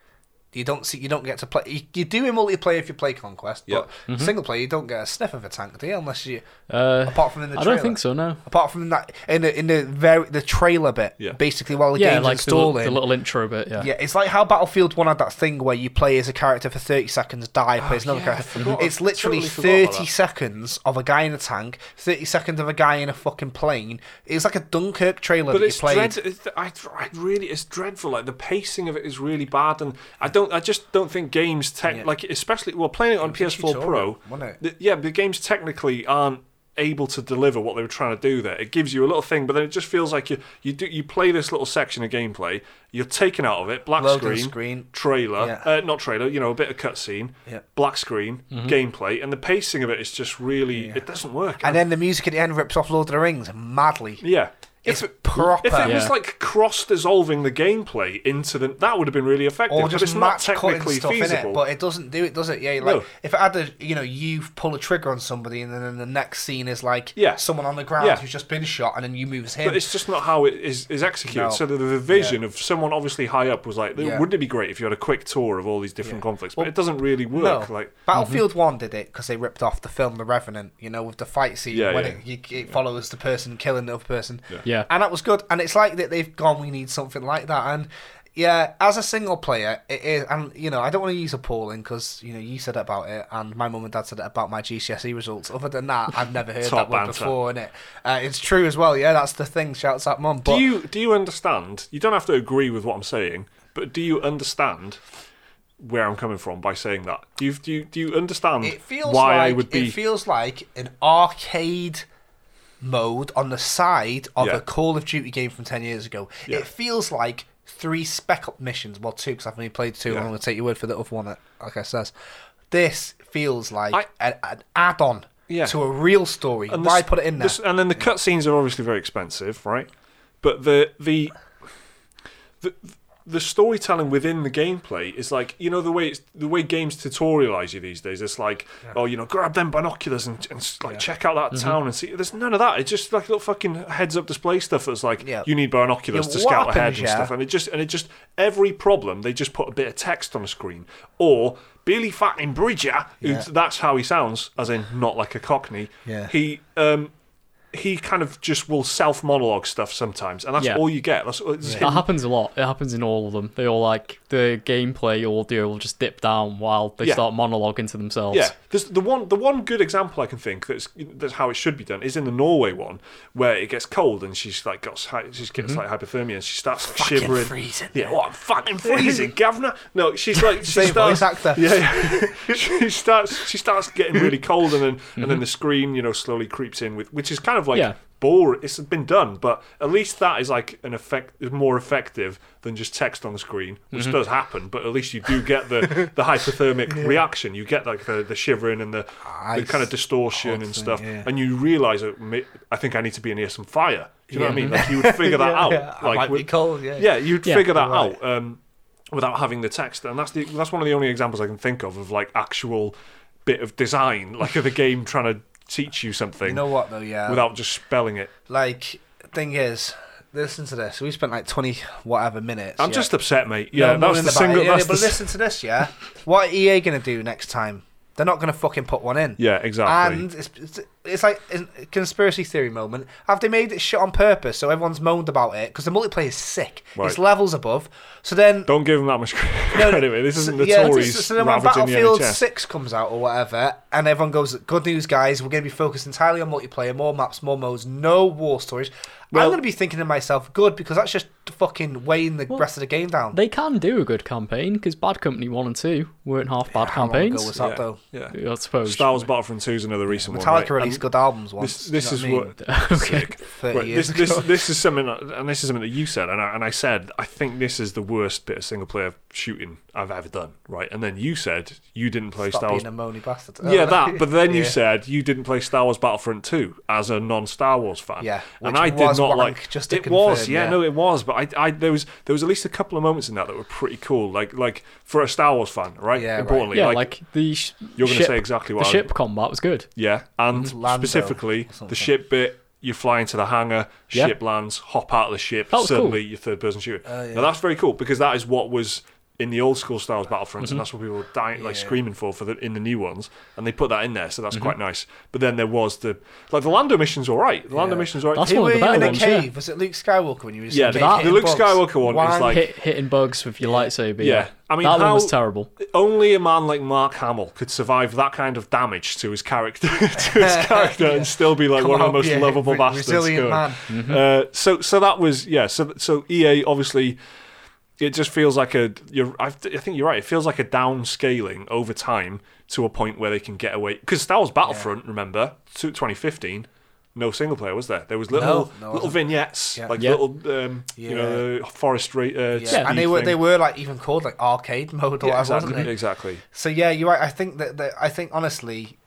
Speaker 3: you don't see, you don't get to play. You, you do in multiplayer if you play Conquest, but
Speaker 1: Mm-hmm.
Speaker 3: single player you don't get a sniff of a tank, do you? Unless you,
Speaker 2: Uh,
Speaker 3: apart from in the
Speaker 2: I
Speaker 3: trailer.
Speaker 2: don't think so. No.
Speaker 3: Apart from that, in the in the very the trailer bit,
Speaker 1: Yeah.
Speaker 3: basically while the
Speaker 2: Yeah,
Speaker 3: game's
Speaker 2: like the, li-
Speaker 3: installing,
Speaker 2: the little intro bit. Yeah.
Speaker 3: yeah, it's like how Battlefield One had that thing where you play as a character for thirty seconds, die, play as another
Speaker 1: Oh, yeah, I
Speaker 3: character.
Speaker 1: forgot-
Speaker 3: It's literally
Speaker 1: totally forgot about
Speaker 3: thirty
Speaker 1: that.
Speaker 3: seconds of a guy in a tank, thirty seconds of a guy in a fucking plane. It's like a Dunkirk trailer
Speaker 1: But
Speaker 3: that you
Speaker 1: it's
Speaker 3: played.
Speaker 1: dread. It's, I, I really, it's dreadful. Like the pacing of it is really bad, and I don't. I just don't think games tech,
Speaker 3: Yeah.
Speaker 1: like especially well, playing it on
Speaker 3: was a
Speaker 1: PS4 Pro.
Speaker 3: tutorial, wasn't it?
Speaker 1: the- yeah, the games technically aren't able to deliver what they were trying to do there. It gives you a little thing, but then it just feels like you you do you play this little section of gameplay, you're taken out of it, black
Speaker 3: Loading
Speaker 1: screen,
Speaker 3: screen.
Speaker 1: trailer,
Speaker 3: Yeah.
Speaker 1: uh, not trailer, you know, a bit of cutscene,
Speaker 3: Yeah.
Speaker 1: black screen, gameplay, and the pacing of it is just really it doesn't work.
Speaker 3: and then the music at the end rips off Lord of the Rings madly.
Speaker 1: yeah.
Speaker 3: It's proper.
Speaker 1: If it
Speaker 2: Yeah.
Speaker 1: was like cross dissolving the gameplay into the, that would have been really effective.
Speaker 3: or
Speaker 1: but it's
Speaker 3: just
Speaker 1: not
Speaker 3: match cutting
Speaker 1: technically
Speaker 3: stuff in
Speaker 1: feasible.
Speaker 3: it, but it doesn't do it, does it? Yeah, like
Speaker 1: No.
Speaker 3: if it had a, you know, you pull a trigger on somebody, and then in the next scene is like
Speaker 1: Yeah.
Speaker 3: someone on the ground
Speaker 1: Yeah.
Speaker 3: who's just been shot, and then you moves him.
Speaker 1: But it's just not how it is, is executed.
Speaker 3: No.
Speaker 1: So the, the vision of someone obviously high up was like,
Speaker 3: Yeah.
Speaker 1: wouldn't it be great if you had a quick tour of all these different conflicts? But it doesn't really work.
Speaker 3: No,
Speaker 1: Like, mm-hmm.
Speaker 3: Battlefield One did it because they ripped off the film The Revenant. You know, with the fight scene
Speaker 1: Yeah,
Speaker 3: when
Speaker 1: yeah.
Speaker 3: it, you, it follows the person killing the other person.
Speaker 2: Yeah.
Speaker 3: and that was good. And it's like that they've gone. We need something like that. And yeah, as a single player, it is. And you know, I don't want to use appalling because you know you said about it, and my mum and dad said it about my GCSE E results. Other than that, I've never heard
Speaker 1: Top
Speaker 3: that word
Speaker 1: banter.
Speaker 3: before. And it, uh, it's true as well. Yeah, that's the thing. Shouts at mum. But
Speaker 1: do you do you understand? You don't have to agree with what I'm saying, but do you understand where I'm coming from by saying that. Do you do you, do you understand
Speaker 3: It feels
Speaker 1: Mm. why I
Speaker 3: like
Speaker 1: would be?
Speaker 3: it feels like an arcade mode on the side of
Speaker 1: Yeah.
Speaker 3: a Call of Duty game from ten years ago.
Speaker 1: Yeah.
Speaker 3: It feels like three spec up missions, well two because I've only played two,
Speaker 1: Yeah.
Speaker 3: and I'm gonna take your word for the other one that like I says. This feels like
Speaker 1: I-
Speaker 3: a- an add on
Speaker 1: Yeah.
Speaker 3: to a real story.
Speaker 1: and
Speaker 3: Why
Speaker 1: this-
Speaker 3: put it in there?
Speaker 1: this- and then the cutscenes are obviously very expensive, right? But the the the the storytelling within the gameplay is like you know the way it's, the way games tutorialize you these days. It's like oh you know grab them binoculars and, and s- like check out that
Speaker 3: Mm-hmm.
Speaker 1: town and see. There's none of that. It's just like little fucking heads up display stuff that's like
Speaker 3: Yeah.
Speaker 1: you need binoculars
Speaker 3: Yeah,
Speaker 1: to scout
Speaker 3: what happens,
Speaker 1: ahead and
Speaker 3: yeah.
Speaker 1: stuff. And it just and it just every problem they just put a bit of text on a screen or. Billy Fatting Bridger, who
Speaker 3: Yeah.
Speaker 1: that's how he sounds, as in not like a Cockney.
Speaker 3: Yeah.
Speaker 1: He um, he kind of just will self monologue stuff sometimes, and that's
Speaker 2: Yeah.
Speaker 1: all you get. That's it's
Speaker 2: That
Speaker 1: him.
Speaker 2: happens a lot. It happens in all of them. They all like the gameplay audio will just dip down while they
Speaker 1: Yeah.
Speaker 2: start monologuing to themselves.
Speaker 1: Yeah, there's the one the one good example I can think that's that's how it should be done is in the Norway one where it gets cold and she's like got shy- she's getting slight hypothermia and she starts like,
Speaker 3: Mm-hmm. Fucking
Speaker 1: shivering.
Speaker 3: freezing.
Speaker 1: Yeah, what I'm fucking
Speaker 3: *laughs*
Speaker 1: freezing, governor. No, she's like she
Speaker 3: Same
Speaker 1: starts
Speaker 3: voice actor.
Speaker 1: Yeah, yeah. *laughs* she starts she starts getting really cold and then and then the screen you know slowly creeps in with which is kind of like.
Speaker 2: Yeah.
Speaker 1: Bore, it's been done, but at least that is like an effect is more effective than just text on the screen, which
Speaker 3: Mm-hmm.
Speaker 1: does happen. But at least you do get the the
Speaker 3: *laughs*
Speaker 1: hypothermic reaction. You get like the, the shivering and the, the
Speaker 3: Ice
Speaker 1: kind of distortion
Speaker 3: whole
Speaker 1: and
Speaker 3: Ah, thing,
Speaker 1: stuff,
Speaker 3: yeah.
Speaker 1: and you realise that ma- I think I need to be in here some fire. Do you know what I mean? Like you would figure that out.
Speaker 3: *laughs* Yeah, I
Speaker 1: like
Speaker 3: might be
Speaker 1: with-
Speaker 3: cold. Yeah.
Speaker 1: yeah, you'd
Speaker 2: Yeah,
Speaker 1: figure that
Speaker 3: you're right.
Speaker 1: out um, without having the text, and that's the that's one of the only examples I can think of of like actual bit of design, like of the game trying to teach you something
Speaker 3: You know uh, what though? Yeah.
Speaker 1: without just spelling it.
Speaker 3: like thing is, listen to this. We spent like twenty whatever minutes.
Speaker 1: I'm
Speaker 3: yeah.
Speaker 1: just upset, mate.
Speaker 3: No,
Speaker 1: Yeah,
Speaker 3: I'm not
Speaker 1: that's
Speaker 3: in
Speaker 1: the
Speaker 3: about it.
Speaker 1: single.
Speaker 3: Yeah,
Speaker 1: that's
Speaker 3: but
Speaker 1: the,
Speaker 3: listen to this, yeah. What are EA gonna do next time? They're not gonna fucking put one in.
Speaker 1: yeah, exactly.
Speaker 3: And it's, it's, it's like a conspiracy theory moment. Have they made it shit on purpose so everyone's moaned about it? Because the multiplayer is sick.
Speaker 1: Right.
Speaker 3: It's levels above. So then
Speaker 1: Don't give them that much
Speaker 3: no,
Speaker 1: *laughs* credit. mate. this isn't the
Speaker 3: yeah,
Speaker 1: Tories
Speaker 3: So then when
Speaker 1: ravaging the
Speaker 3: Battlefield
Speaker 1: NHS.
Speaker 3: 6 comes out or whatever, and everyone goes, good news, guys, we're going to be focused entirely on multiplayer, more maps, more modes, no war stories.
Speaker 1: Well-
Speaker 3: I'm going to be thinking to myself, good, because that's just fucking weighing the rest of the game down.
Speaker 2: They can do a good campaign because Bad Company 1 and 2 weren't half bad
Speaker 3: How long ago
Speaker 2: campaigns.
Speaker 3: was that, though?
Speaker 1: Yeah.
Speaker 2: I suppose.
Speaker 1: Star Wars Battlefront 2 is another recent one.
Speaker 3: Metallica
Speaker 1: right?
Speaker 3: released good albums once.
Speaker 1: This, this is
Speaker 3: do you know
Speaker 1: what.
Speaker 2: *laughs* okay.
Speaker 3: what I mean? 30
Speaker 1: Right,
Speaker 3: years
Speaker 1: this, this,
Speaker 3: ago.
Speaker 1: this is something, that- and this is something that you said, and I, and I said, I think this is the worst bit of single player shooting I've ever done, right? And then you said you didn't play
Speaker 3: Stop
Speaker 1: Star Wars.
Speaker 3: being a moany bastard.
Speaker 1: *laughs*
Speaker 3: *laughs*
Speaker 1: yeah, that. But then you
Speaker 3: Yeah.
Speaker 1: said you didn't play Star Wars Battlefront 2 as a non-Star Wars fan.
Speaker 3: Yeah,
Speaker 1: and
Speaker 3: which
Speaker 1: I did
Speaker 3: was
Speaker 1: not
Speaker 3: wank,
Speaker 1: like.
Speaker 3: just to
Speaker 1: it was,
Speaker 3: confirm,
Speaker 1: yeah,
Speaker 3: yeah.
Speaker 1: no, it was. But I, I, there was, there was at least a couple of moments in that that were pretty cool. Like, like for a Star Wars fan, right?
Speaker 3: Yeah, right.
Speaker 1: Importantly,
Speaker 2: Yeah, like, the sh-
Speaker 1: you're going to
Speaker 2: ship,
Speaker 1: say exactly
Speaker 2: the
Speaker 1: what I-
Speaker 2: ship combat was good.
Speaker 1: yeah, and
Speaker 3: Lando
Speaker 1: specifically
Speaker 3: or something.
Speaker 1: the ship bit. You fly into the hangar,
Speaker 2: Yeah.
Speaker 1: ship lands, hop out of the ship.
Speaker 2: That was
Speaker 1: suddenly,
Speaker 2: cool.
Speaker 1: you're third person shooter.
Speaker 3: Oh, yeah.
Speaker 1: Now that's very cool because that is what was in the old school Star Wars Battlefronts,
Speaker 2: Mm-hmm.
Speaker 1: and that's what people were dying, like
Speaker 3: Yeah.
Speaker 1: screaming for for the in the new ones. And they put that in there, so
Speaker 2: Mm-hmm.
Speaker 1: that's quite nice. But then there was the like the Lando mission's all right. The Lando
Speaker 3: Yeah.
Speaker 1: mission's all right.
Speaker 2: That's
Speaker 1: Hey,
Speaker 2: one
Speaker 3: Were
Speaker 2: of the
Speaker 3: you
Speaker 2: better
Speaker 3: in a
Speaker 2: ones. yeah.
Speaker 3: cave? Was it Luke Skywalker when you were
Speaker 1: Yeah,
Speaker 3: in a
Speaker 1: the,
Speaker 3: cave
Speaker 2: that-
Speaker 1: the
Speaker 3: hitting
Speaker 1: Luke
Speaker 3: bugs?
Speaker 1: Skywalker one
Speaker 3: Wank.
Speaker 1: is like
Speaker 2: Hit, hitting bugs with your lightsaber. Yeah.
Speaker 1: Yeah. I mean,
Speaker 2: that one was
Speaker 1: how-
Speaker 2: terrible.
Speaker 1: only a man like Mark Hamill could survive that kind of damage to his character, *laughs*
Speaker 3: *laughs*
Speaker 1: to his character, and still be like
Speaker 3: Come
Speaker 1: one of
Speaker 3: on,
Speaker 1: the most
Speaker 3: yeah,
Speaker 1: lovable
Speaker 3: re-
Speaker 1: bastards.
Speaker 3: resilient
Speaker 1: going.
Speaker 3: man.
Speaker 1: Uh, so, so that was yeah. So, so EA obviously, it just feels like a. You're, I, th- I think you're right. It feels like a downscaling over time to a point where they can get away. Because Star Wars Battlefront, remember, to 2015. No single player was there. There was little
Speaker 3: no,
Speaker 1: little
Speaker 3: wasn't.
Speaker 1: vignettes,
Speaker 3: Yeah.
Speaker 1: like
Speaker 2: Yeah.
Speaker 1: little um, you know the forest. Ra- uh,
Speaker 3: Yeah, and
Speaker 1: speed
Speaker 3: they were
Speaker 1: thing.
Speaker 3: they were like even called like arcade mode or
Speaker 1: yeah,
Speaker 3: whatever,
Speaker 1: exactly,
Speaker 3: wasn't it?
Speaker 1: exactly.
Speaker 3: So yeah, you're right. I think that, that I think honestly,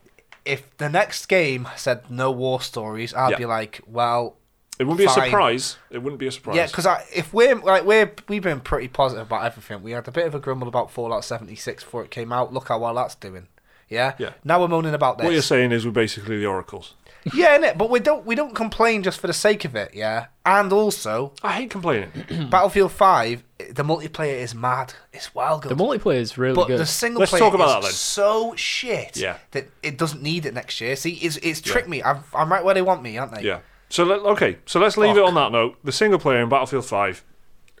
Speaker 3: if the next game said no war stories, I'd
Speaker 1: Yeah.
Speaker 3: be like, well,
Speaker 1: It wouldn't be a
Speaker 3: Fine.
Speaker 1: surprise. It wouldn't be a surprise.
Speaker 3: yeah, because if we're like we're we've been pretty positive about everything. We had a bit of a grumble about Fallout 76 before it came out. Look how well that's doing. Yeah.
Speaker 1: Yeah.
Speaker 3: Now we're moaning about this.
Speaker 1: what you're saying is we're basically the oracles.
Speaker 3: *laughs* yeah, innit? But we don't we don't complain just for the sake of it. Yeah. And
Speaker 1: *clears throat*
Speaker 3: also,
Speaker 1: I hate
Speaker 3: *clears throat*
Speaker 1: complaining.
Speaker 3: Battlefield 5, the multiplayer is mad. It's wild.
Speaker 2: The
Speaker 3: Good.
Speaker 2: multiplayer is really
Speaker 3: But
Speaker 2: good.
Speaker 3: the single
Speaker 1: Let's
Speaker 3: player
Speaker 1: talk about
Speaker 3: is
Speaker 1: that then.
Speaker 3: so shit
Speaker 1: Yeah.
Speaker 3: that it doesn't need it next year. See, it's it's tricked me. I'm, I'm right where they want me, aren't they?
Speaker 1: yeah. So let, okay. So let's leave it
Speaker 3: Fuck.
Speaker 1: on that note. The single player in Battlefield Five,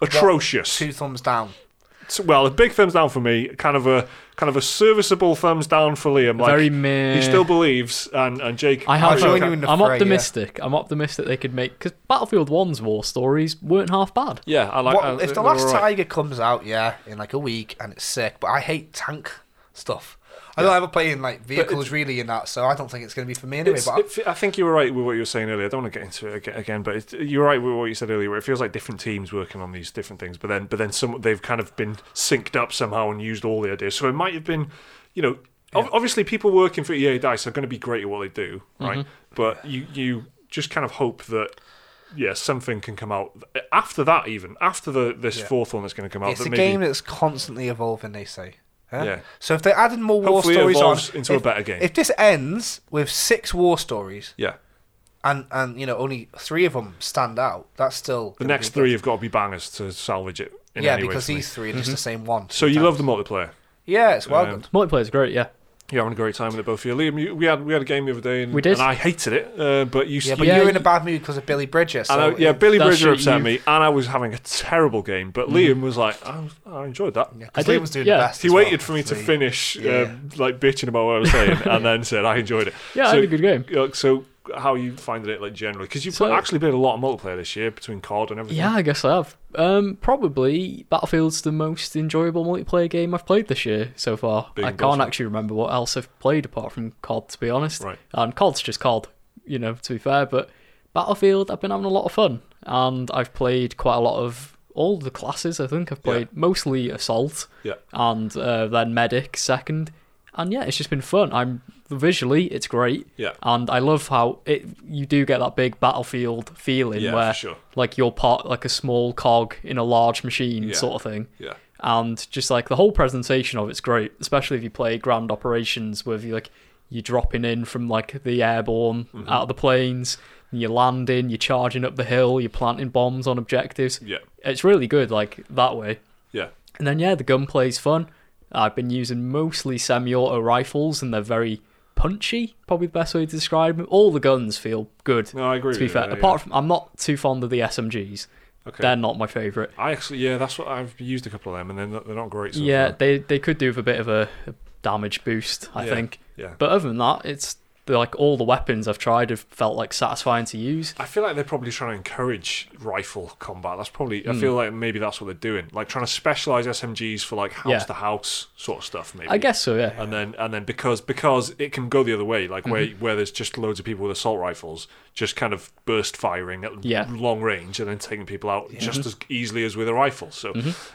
Speaker 1: atrocious.
Speaker 3: Two thumbs down.
Speaker 1: t- well, a big thumbs down for me. Kind of a kind of a serviceable thumbs down for Liam. Like
Speaker 2: Very meh.
Speaker 1: he still believes, and and Jake.
Speaker 2: I
Speaker 3: I'll
Speaker 2: have.
Speaker 3: join you in the
Speaker 2: I'm
Speaker 3: fray, yeah.
Speaker 2: optimistic. I'm optimistic they could make because Battlefield 1's war stories weren't half bad.
Speaker 1: Yeah, I like.
Speaker 3: What-
Speaker 1: I-
Speaker 3: if the
Speaker 1: they're
Speaker 3: last
Speaker 1: all right.
Speaker 3: Tiger comes out, yeah, in like a week, and it's sick, but I hate tank stuff. I don't ever play in like vehicles really in that, so I don't think it's going to be for me anyway.
Speaker 1: It's-
Speaker 3: But
Speaker 1: it fe- I think you were right with what you were saying earlier. I don't want to get into it ag- again, but it's, you're right with what you said earlier. Where it feels like different teams working on these different things, but then but then some they've kind of been synced up somehow and used all the ideas. So it might have been, you know, ob- obviously people working for EA Dice are going to be great at what they do, right?
Speaker 3: Mm-hmm.
Speaker 1: But you you just kind of hope that. Yeah, something can come out after that. Even after the this
Speaker 3: Yeah.
Speaker 1: fourth one that's going to come out,
Speaker 3: it's
Speaker 1: that
Speaker 3: a
Speaker 1: maybe
Speaker 3: game that's constantly evolving. They say. huh?
Speaker 1: Yeah.
Speaker 3: So if they're adding more war
Speaker 1: hopefully
Speaker 3: stories on,
Speaker 1: evolves into
Speaker 3: if,
Speaker 1: a better game.
Speaker 3: if this ends with six war stories
Speaker 1: yeah,
Speaker 3: and and you know only three of them stand out, that's still
Speaker 1: the
Speaker 3: gonna
Speaker 1: next
Speaker 3: be
Speaker 1: three have got to be bangers to salvage it. In
Speaker 3: yeah,
Speaker 1: any way
Speaker 3: because
Speaker 1: for me. Mm-hmm.
Speaker 3: these three are just the same one.
Speaker 1: So you love the multiplayer.
Speaker 3: Yeah, it's well
Speaker 1: Um,
Speaker 3: done.
Speaker 2: Multiplayer's great. Yeah.
Speaker 1: You're having a great time with it, both of you. Liam, you, we had we had a game the other day, and,
Speaker 2: We did.
Speaker 1: and I hated it. Uh, but you,
Speaker 3: Yeah, but
Speaker 1: you-
Speaker 2: Yeah,
Speaker 3: you're in a
Speaker 2: you-
Speaker 3: bad mood because of Billy Bridges. So
Speaker 1: and I- yeah, Billy
Speaker 2: That's
Speaker 1: Bridger
Speaker 2: your-
Speaker 1: upset
Speaker 2: you- Mm-hmm.
Speaker 1: me, and I was having a terrible game. But Liam was like, I, was, I enjoyed that.
Speaker 3: yeah, 'cause
Speaker 2: I did-
Speaker 3: Liam was doing
Speaker 2: yeah.
Speaker 3: the best.
Speaker 1: He
Speaker 3: as well,
Speaker 1: waited for me to
Speaker 3: so he-
Speaker 1: finish,
Speaker 3: Yeah.
Speaker 1: um, like bitching about what I was saying,
Speaker 2: *laughs*
Speaker 1: and then said I enjoyed it.
Speaker 2: Yeah, I
Speaker 1: so,
Speaker 2: had a good game.
Speaker 1: uh, so how you finding it, like generally? Because you've
Speaker 2: So-
Speaker 1: pl- actually played a lot of multiplayer this year between COD and everything.
Speaker 2: Yeah, I guess I have. Um, probably Battlefield's the most enjoyable multiplayer game I've played this year so far.
Speaker 1: Big
Speaker 2: I
Speaker 1: endorsement.
Speaker 2: can't actually remember what else I've played apart from COD, to be honest.
Speaker 1: Right.
Speaker 2: And COD's just COD, you know, to be fair. But Battlefield, I've been having a lot of fun, and I've played quite a lot of all the classes. I think I've played mostly assault
Speaker 1: yeah.
Speaker 2: and uh, then medic second, and yeah, it's just been fun. I'm visually, it's great.
Speaker 1: Yeah.
Speaker 2: And I love how it you do get that big battlefield feeling
Speaker 1: Yeah, for
Speaker 2: where
Speaker 1: sure.
Speaker 2: like you're part like a small cog in a large machine
Speaker 1: Yeah.
Speaker 2: sort of thing.
Speaker 1: Yeah.
Speaker 2: And just like the whole presentation of it's great, especially if you play grand operations with you like you're dropping in from like the airborne
Speaker 1: Mm-hmm.
Speaker 2: out of the planes, and you're landing, you're charging up the hill, you're planting bombs on objectives.
Speaker 1: Yeah.
Speaker 2: It's really good, like that way.
Speaker 1: Yeah.
Speaker 2: And then yeah, the gunplay's fun. I've been using mostly semi-auto rifles, and they're very punchy. Probably the best way to describe them. All the guns feel good.
Speaker 1: No, I agree
Speaker 2: To be
Speaker 1: with
Speaker 2: fair,
Speaker 1: you, yeah,
Speaker 2: apart from I'm not too fond of the SMGs.
Speaker 1: Okay.
Speaker 2: They're not my favourite.
Speaker 1: I actually, yeah, that's what I've used a couple of them, and they're not, they're not great. So
Speaker 2: yeah,
Speaker 1: far.
Speaker 2: they they could do with a bit of a, a damage boost, I
Speaker 1: Yeah,
Speaker 2: think.
Speaker 1: yeah.
Speaker 2: But other than that, it's like all the weapons I've tried have felt like satisfying to use.
Speaker 1: I feel like they're probably trying to encourage rifle combat. That's probably.
Speaker 2: Hmm.
Speaker 1: I feel like maybe that's what they're doing, like trying to specialize SMGs for like house
Speaker 2: Yeah.
Speaker 1: to house sort of stuff. Maybe
Speaker 2: I guess so. Yeah.
Speaker 1: And then and then because because it can go the other way, like where
Speaker 2: Mm-hmm.
Speaker 1: where there's just loads of people with assault rifles, just kind of burst firing at
Speaker 2: Yeah. Mm-hmm.
Speaker 1: long range and then taking people out just as easily as with a rifle. So,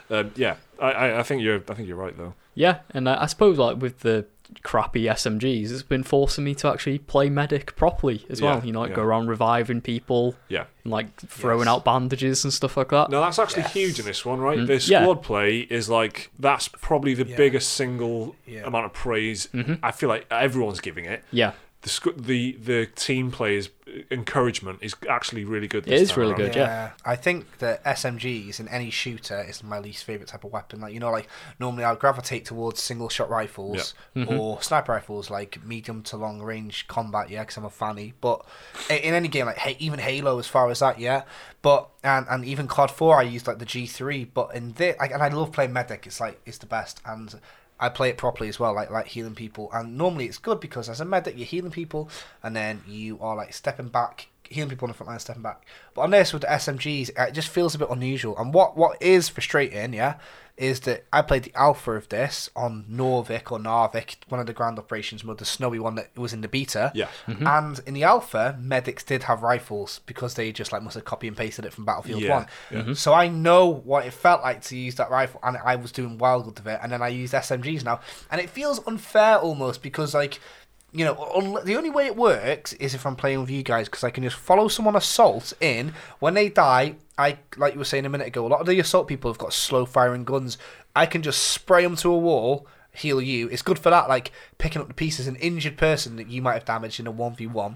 Speaker 1: um, yeah, I, I, I think you're I think you're right though.
Speaker 2: Yeah, and I, I suppose like with the crappy SMGs, it's been forcing me to actually play medic properly as well.
Speaker 1: Yeah,
Speaker 2: You know, like
Speaker 1: yeah.
Speaker 2: go around reviving people,
Speaker 1: Yeah.
Speaker 2: and, like throwing
Speaker 3: Yes.
Speaker 2: out bandages and stuff like that.
Speaker 1: No, that's actually huge in this one, right? The
Speaker 2: Mm. yeah.
Speaker 1: squad play is like that's probably the
Speaker 3: Yeah.
Speaker 1: biggest single
Speaker 3: Yeah.
Speaker 1: amount of praise
Speaker 2: Mm-hmm.
Speaker 1: I feel like everyone's giving it.
Speaker 2: Yeah,
Speaker 1: The squ- the the team players encouragement is actually really good.
Speaker 2: It
Speaker 1: this
Speaker 2: is
Speaker 1: time
Speaker 2: really
Speaker 1: around.
Speaker 2: good. yeah.
Speaker 3: I think that SMGs in any shooter is my least favorite type of weapon. Like you know, like normally I gravitate towards single shot rifles
Speaker 2: Mm-hmm.
Speaker 3: or sniper rifles, like medium to long range combat. Yeah, because I'm a fanny. But i- in any game, like ha- even Halo, as far as that, yeah. But and and even COD Four, I used like the G3. But in this, like, and I love playing medic. It's like it's the best and. I play it properly as well, like like healing people, and normally it's good because as a medic you're healing people, and then you are like stepping back, healing people on the front line, stepping back. But on this with the SMGs, uh, it just feels a bit unusual. And what what is frustrating, yeah, is that I played the alpha of this on Norvik or Narvik, one of the grand operations mode, the snowy one that was in the beta.
Speaker 1: Yeah.
Speaker 3: And in the alpha, medics did have rifles because they just like must have copy and pasted it from Battlefield
Speaker 1: Yeah, Mm-hmm.
Speaker 3: One. So I know what it felt like to use that rifle, and I was doing wild good with it. And then I used SMGs now, and it feels unfair almost because like you know, un- the only way it works is if I'm playing with you guys because I can just follow someone assault in. When they die, I like you were saying a minute ago. A lot of the assault people have got slow firing guns. I can just spray them to a wall, heal you. It's good for that, like picking up the pieces. An injured person that you might have damaged in a one v one.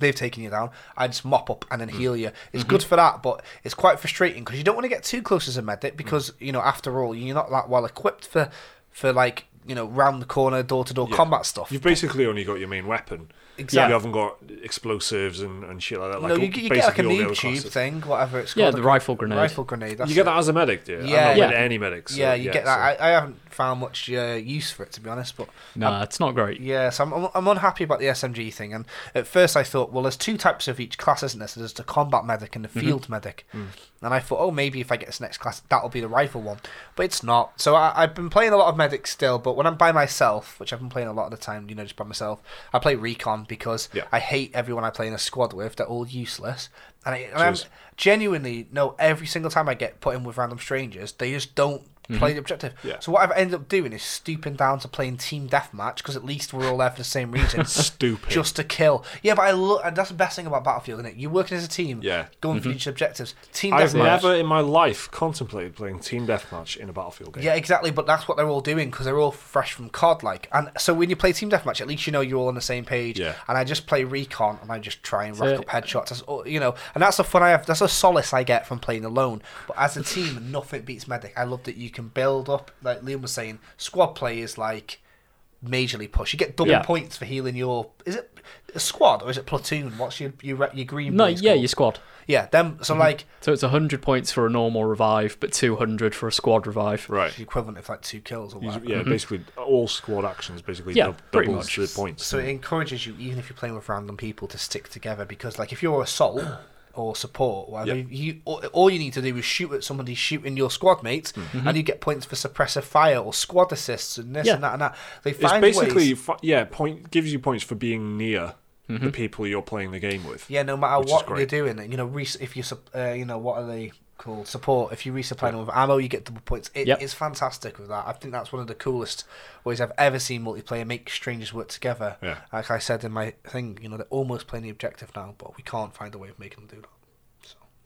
Speaker 3: They've taken you down. I just mop up and then
Speaker 1: Mm-hmm.
Speaker 3: heal you. It's good for that, but it's quite frustrating
Speaker 1: Mm.
Speaker 3: because you don't want to get too close as a medic because you know after all you're not that well equipped for for like you know, round the corner, door to door
Speaker 1: Yeah.
Speaker 3: combat stuff.
Speaker 1: You've basically only got your main weapon.
Speaker 3: Exactly.
Speaker 1: You haven't got explosives and, and shit like that. Like,
Speaker 3: no, you, you get like
Speaker 1: basically
Speaker 3: a
Speaker 1: all the
Speaker 3: noob
Speaker 1: other
Speaker 3: tube
Speaker 1: classes.
Speaker 3: thing, whatever it's called.
Speaker 2: Yeah,
Speaker 3: I
Speaker 2: the
Speaker 3: can't-
Speaker 2: rifle grenade.
Speaker 3: Rifle grenade. That's
Speaker 1: You get
Speaker 3: it.
Speaker 1: that as a medic, do you? I'm
Speaker 3: Yeah,
Speaker 1: not
Speaker 2: yeah.
Speaker 1: with any medics. so,
Speaker 3: yeah, you get that.
Speaker 1: so-
Speaker 3: I, I haven't found much uh, use for it to be honest, but
Speaker 2: Nah, it's not great.
Speaker 3: yeah, so I'm, I'm, I'm unhappy about the SMG thing. And at first I thought, well, there's two types of each class, isn't there? So there's the combat medic and the
Speaker 1: Mm-hmm.
Speaker 3: field medic.
Speaker 1: Mm.
Speaker 3: And I thought, oh, maybe if I get this next class, that'll be the rifle one. But it's not. So I, I've been playing a lot of medic still, but when I'm by myself, which I've been playing a lot of the time, you know, just by myself, I play recon because
Speaker 1: Yeah.
Speaker 3: I hate everyone I play in a squad with. They're all useless. And, I, and I'm
Speaker 1: Cheers.
Speaker 3: genuinely, no, every single time I get put in with random strangers, they just don't play the objective.
Speaker 1: Yeah.
Speaker 3: So what I've ended up doing is stooping down to playing team deathmatch because at least we're all there for the same
Speaker 1: *laughs*
Speaker 3: reason.
Speaker 1: Stupid.
Speaker 3: Just to kill. Yeah, but I look. And that's the best thing about Battlefield, isn't it? You're working as a team.
Speaker 1: Yeah.
Speaker 3: Going for each objectives. Team
Speaker 1: I've
Speaker 3: deathmatch.
Speaker 1: never in my life contemplated playing team deathmatch in a battlefield game.
Speaker 3: Yeah, exactly. But that's what they're all doing because they're all fresh from COD, like. And so when you play team deathmatch, at least you know you're all on the same page.
Speaker 1: Yeah.
Speaker 3: And I just play recon and I just try and rack
Speaker 2: it.
Speaker 3: up headshots. That's all, you know, and that's the fun I have. That's a solace I get from playing alone.
Speaker 1: *laughs*
Speaker 3: But as a team, nothing beats medic. I love that you can build up. Like Liam was saying, squad play is like majorly push. You get double
Speaker 2: Yeah.
Speaker 3: points for healing your. Is it a squad or is it platoon? What's your your, re- your green?
Speaker 2: No,
Speaker 3: boys
Speaker 2: yeah, Mhm.
Speaker 3: called?
Speaker 2: your squad.
Speaker 3: yeah. Them. So like.
Speaker 2: So it's 100 points for a normal revive, but 200 for a squad revive.
Speaker 1: Right.
Speaker 3: The equivalent of like two kills or
Speaker 1: You-
Speaker 3: whatever.
Speaker 1: yeah, basically all squad actions basically
Speaker 2: Mm-hmm. Yeah,
Speaker 1: dub-
Speaker 2: pretty
Speaker 1: doubles
Speaker 2: much.
Speaker 1: the points.
Speaker 3: So it encourages you, even if you're playing with random people, to stick together because, like, if
Speaker 1: *clears throat*
Speaker 3: you're assault or support, whatever,
Speaker 1: Yep.
Speaker 3: you all, all you need to do is shoot at somebody shooting your squad mates,
Speaker 1: Mm-hmm.
Speaker 3: and you get points for suppressive fire or squad assists and this
Speaker 2: Yeah.
Speaker 3: and that and that. They
Speaker 1: it's
Speaker 3: find
Speaker 1: basically
Speaker 3: ways.
Speaker 1: fi- yeah, point gives you points for being near
Speaker 2: Mm-hmm.
Speaker 1: the people you're playing the game with.
Speaker 3: Yeah, no matter
Speaker 1: which is
Speaker 3: what
Speaker 1: great.
Speaker 3: you're doing, you know, res- if you, sup- uh, you know, what are they called? Support. If you resupply them with ammo, you get double points. It,
Speaker 2: Yep.
Speaker 3: It's fantastic with that. I think that's one of the coolest ways I've ever seen multiplayer make strangers work together.
Speaker 1: Yeah.
Speaker 3: Like I said in my thing, you know, they're almost playing the objective now, but we can't find a way of making them do that.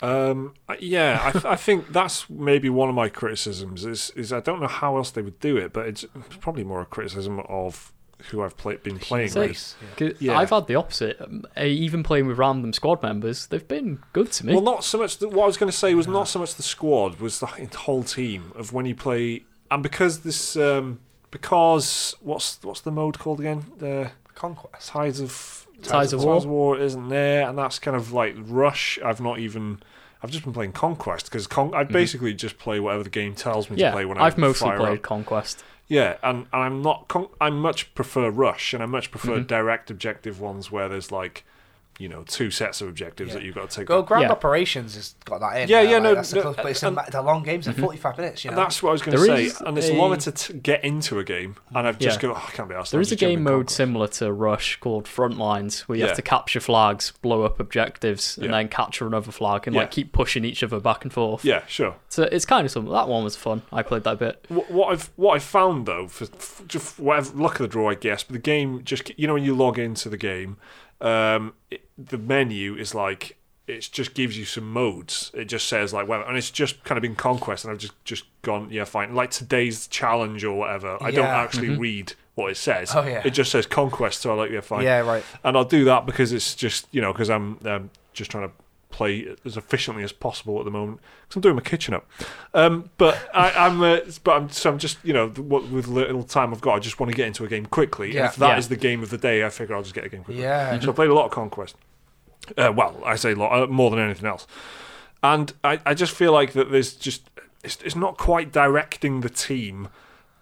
Speaker 3: So.
Speaker 1: Um, I- yeah, I, th- I think that's maybe one of my criticisms is is I don't know how else they would do it, but it's probably more a criticism of who I've play- been playing
Speaker 2: So-
Speaker 1: with.
Speaker 2: 'Cause
Speaker 1: Yeah.
Speaker 2: I've had the opposite. Um, I- Even playing with random squad members, they've been good to me.
Speaker 1: Well, not so much. The, what I was going to say was not so much the squad, was the h- whole team of when you play, and because this, um, because what's what's the mode called again? The
Speaker 3: Conquest.
Speaker 1: Tides of
Speaker 2: Tides of War.
Speaker 1: Tides of War isn't there, and that's kind of like Rush. I've not even. I've just been playing Conquest because Con- I basically just play whatever the game tells me to
Speaker 2: Mhm. yeah,
Speaker 1: play when I
Speaker 2: I've mostly
Speaker 1: fire
Speaker 2: played
Speaker 1: up.
Speaker 2: Conquest.
Speaker 1: Yeah, and, and I'm not. Con- I much prefer Rush, and I much prefer
Speaker 2: Mhm.
Speaker 1: direct objective ones where there's like, you know, two sets of objectives
Speaker 3: Yeah.
Speaker 1: that you've got to take.
Speaker 3: Go Grand
Speaker 2: Yeah.
Speaker 3: Operations has got that in.
Speaker 1: Yeah,
Speaker 3: there,
Speaker 1: yeah,
Speaker 3: like,
Speaker 1: no,
Speaker 3: that's the
Speaker 1: no,
Speaker 3: close, but it's a,
Speaker 1: and- Mm-hmm.
Speaker 3: ma- they're long games, they're 45 minutes, you know.
Speaker 1: And that's what I was going to
Speaker 2: There
Speaker 1: say.
Speaker 2: is
Speaker 1: And it's
Speaker 2: a-
Speaker 1: longer to t- get into a game, and I've just
Speaker 2: Yeah.
Speaker 1: go, oh, I can't be asked.
Speaker 2: There is a game mode similar to Rush called Frontlines, where you
Speaker 1: Yeah.
Speaker 2: have to capture flags, blow up objectives, and
Speaker 1: Yeah.
Speaker 2: then capture another flag, and
Speaker 1: Yeah.
Speaker 2: like keep pushing each other back and forth.
Speaker 1: Yeah, sure.
Speaker 2: So it's kind of something. That one was fun. I played that bit.
Speaker 1: What, what I've what I've found though, for, for just whatever luck of the draw, I guess, but the game just you know when you log into the game, um, it, the menu is like it just gives you some modes. It just says like whatever, and it's just kind of been conquest, and I've just just gone yeah fine. Like today's challenge or whatever. I don't
Speaker 3: Yeah. mm-hmm.
Speaker 1: actually read what it says.
Speaker 3: Oh, yeah.
Speaker 1: It just says conquest, so I like yeah fine.
Speaker 3: yeah, right.
Speaker 1: and I'll do that because it's just you know because I'm um, just trying to play as efficiently as possible at the moment because I'm doing my kitchen up. Um, but I, I'm uh, but I'm so I'm just you know what with little time I've got I just want to get into a game quickly.
Speaker 3: Yeah.
Speaker 1: And if that is
Speaker 2: Yeah.
Speaker 1: the game of the day, I figure I'll just get a game quickly.
Speaker 3: Yeah.
Speaker 1: So I played a lot of Conquest. Uh, well, I say a lot uh, more than anything else, and I, I just feel like that there's just it's, it's not quite directing the team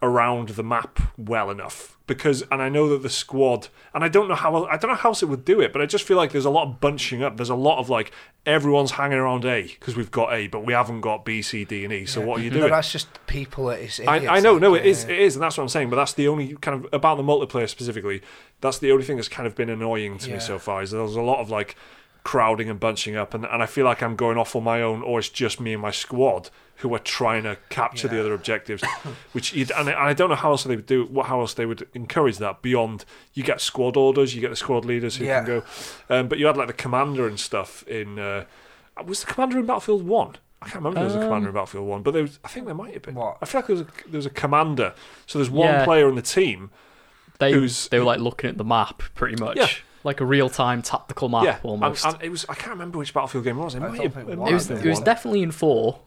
Speaker 1: around the map well enough because and I know that the squad and I don't know how I don't know how else it would do it but I just feel like there's a lot of bunching up there's a lot of like everyone's hanging around A because we've got A but we haven't got B C D and E so what are
Speaker 3: *laughs*
Speaker 1: you
Speaker 3: No,
Speaker 1: doing
Speaker 3: that's just people. that It's,
Speaker 1: I,
Speaker 3: idiots,
Speaker 1: I know,
Speaker 3: like,
Speaker 1: no, it is,
Speaker 3: yeah.
Speaker 1: it is, and that's what I'm saying. But that's the only kind of about the multiplayer specifically. That's the only thing that's kind of been annoying to
Speaker 3: Yeah.
Speaker 1: me so far. Is there's a lot of like crowding and bunching up, and, and I feel like I'm going off on my own, or it's just me and my squad who are trying to capture the
Speaker 3: Yeah.
Speaker 1: other
Speaker 3: *coughs*
Speaker 1: objectives. which you'd, and, I, and I don't know how else they would do what how else they would encourage that beyond you get squad orders, you get the squad leaders who
Speaker 3: Yeah.
Speaker 1: can go, um, but you had like the commander and stuff in. Uh, was the commander in Battlefield One? I can't remember. if there was a commander in Battlefield One, but there was, I think there might have been.
Speaker 3: What?
Speaker 1: I feel like there was a, there was a commander. So there's one
Speaker 2: Yeah.
Speaker 1: player in the team.
Speaker 2: They
Speaker 1: Who's-
Speaker 2: they were like looking at the map pretty much,
Speaker 1: Yeah.
Speaker 2: like a real time tactical map
Speaker 1: yeah, and-
Speaker 2: Ah, almost.
Speaker 1: And, it was I can't remember which Battlefield game it was. It,
Speaker 3: I
Speaker 1: might
Speaker 3: don't
Speaker 1: have,
Speaker 3: think
Speaker 1: it
Speaker 3: it
Speaker 1: might
Speaker 2: it was
Speaker 1: have
Speaker 2: it
Speaker 1: been
Speaker 2: was
Speaker 1: one.
Speaker 2: definitely in four,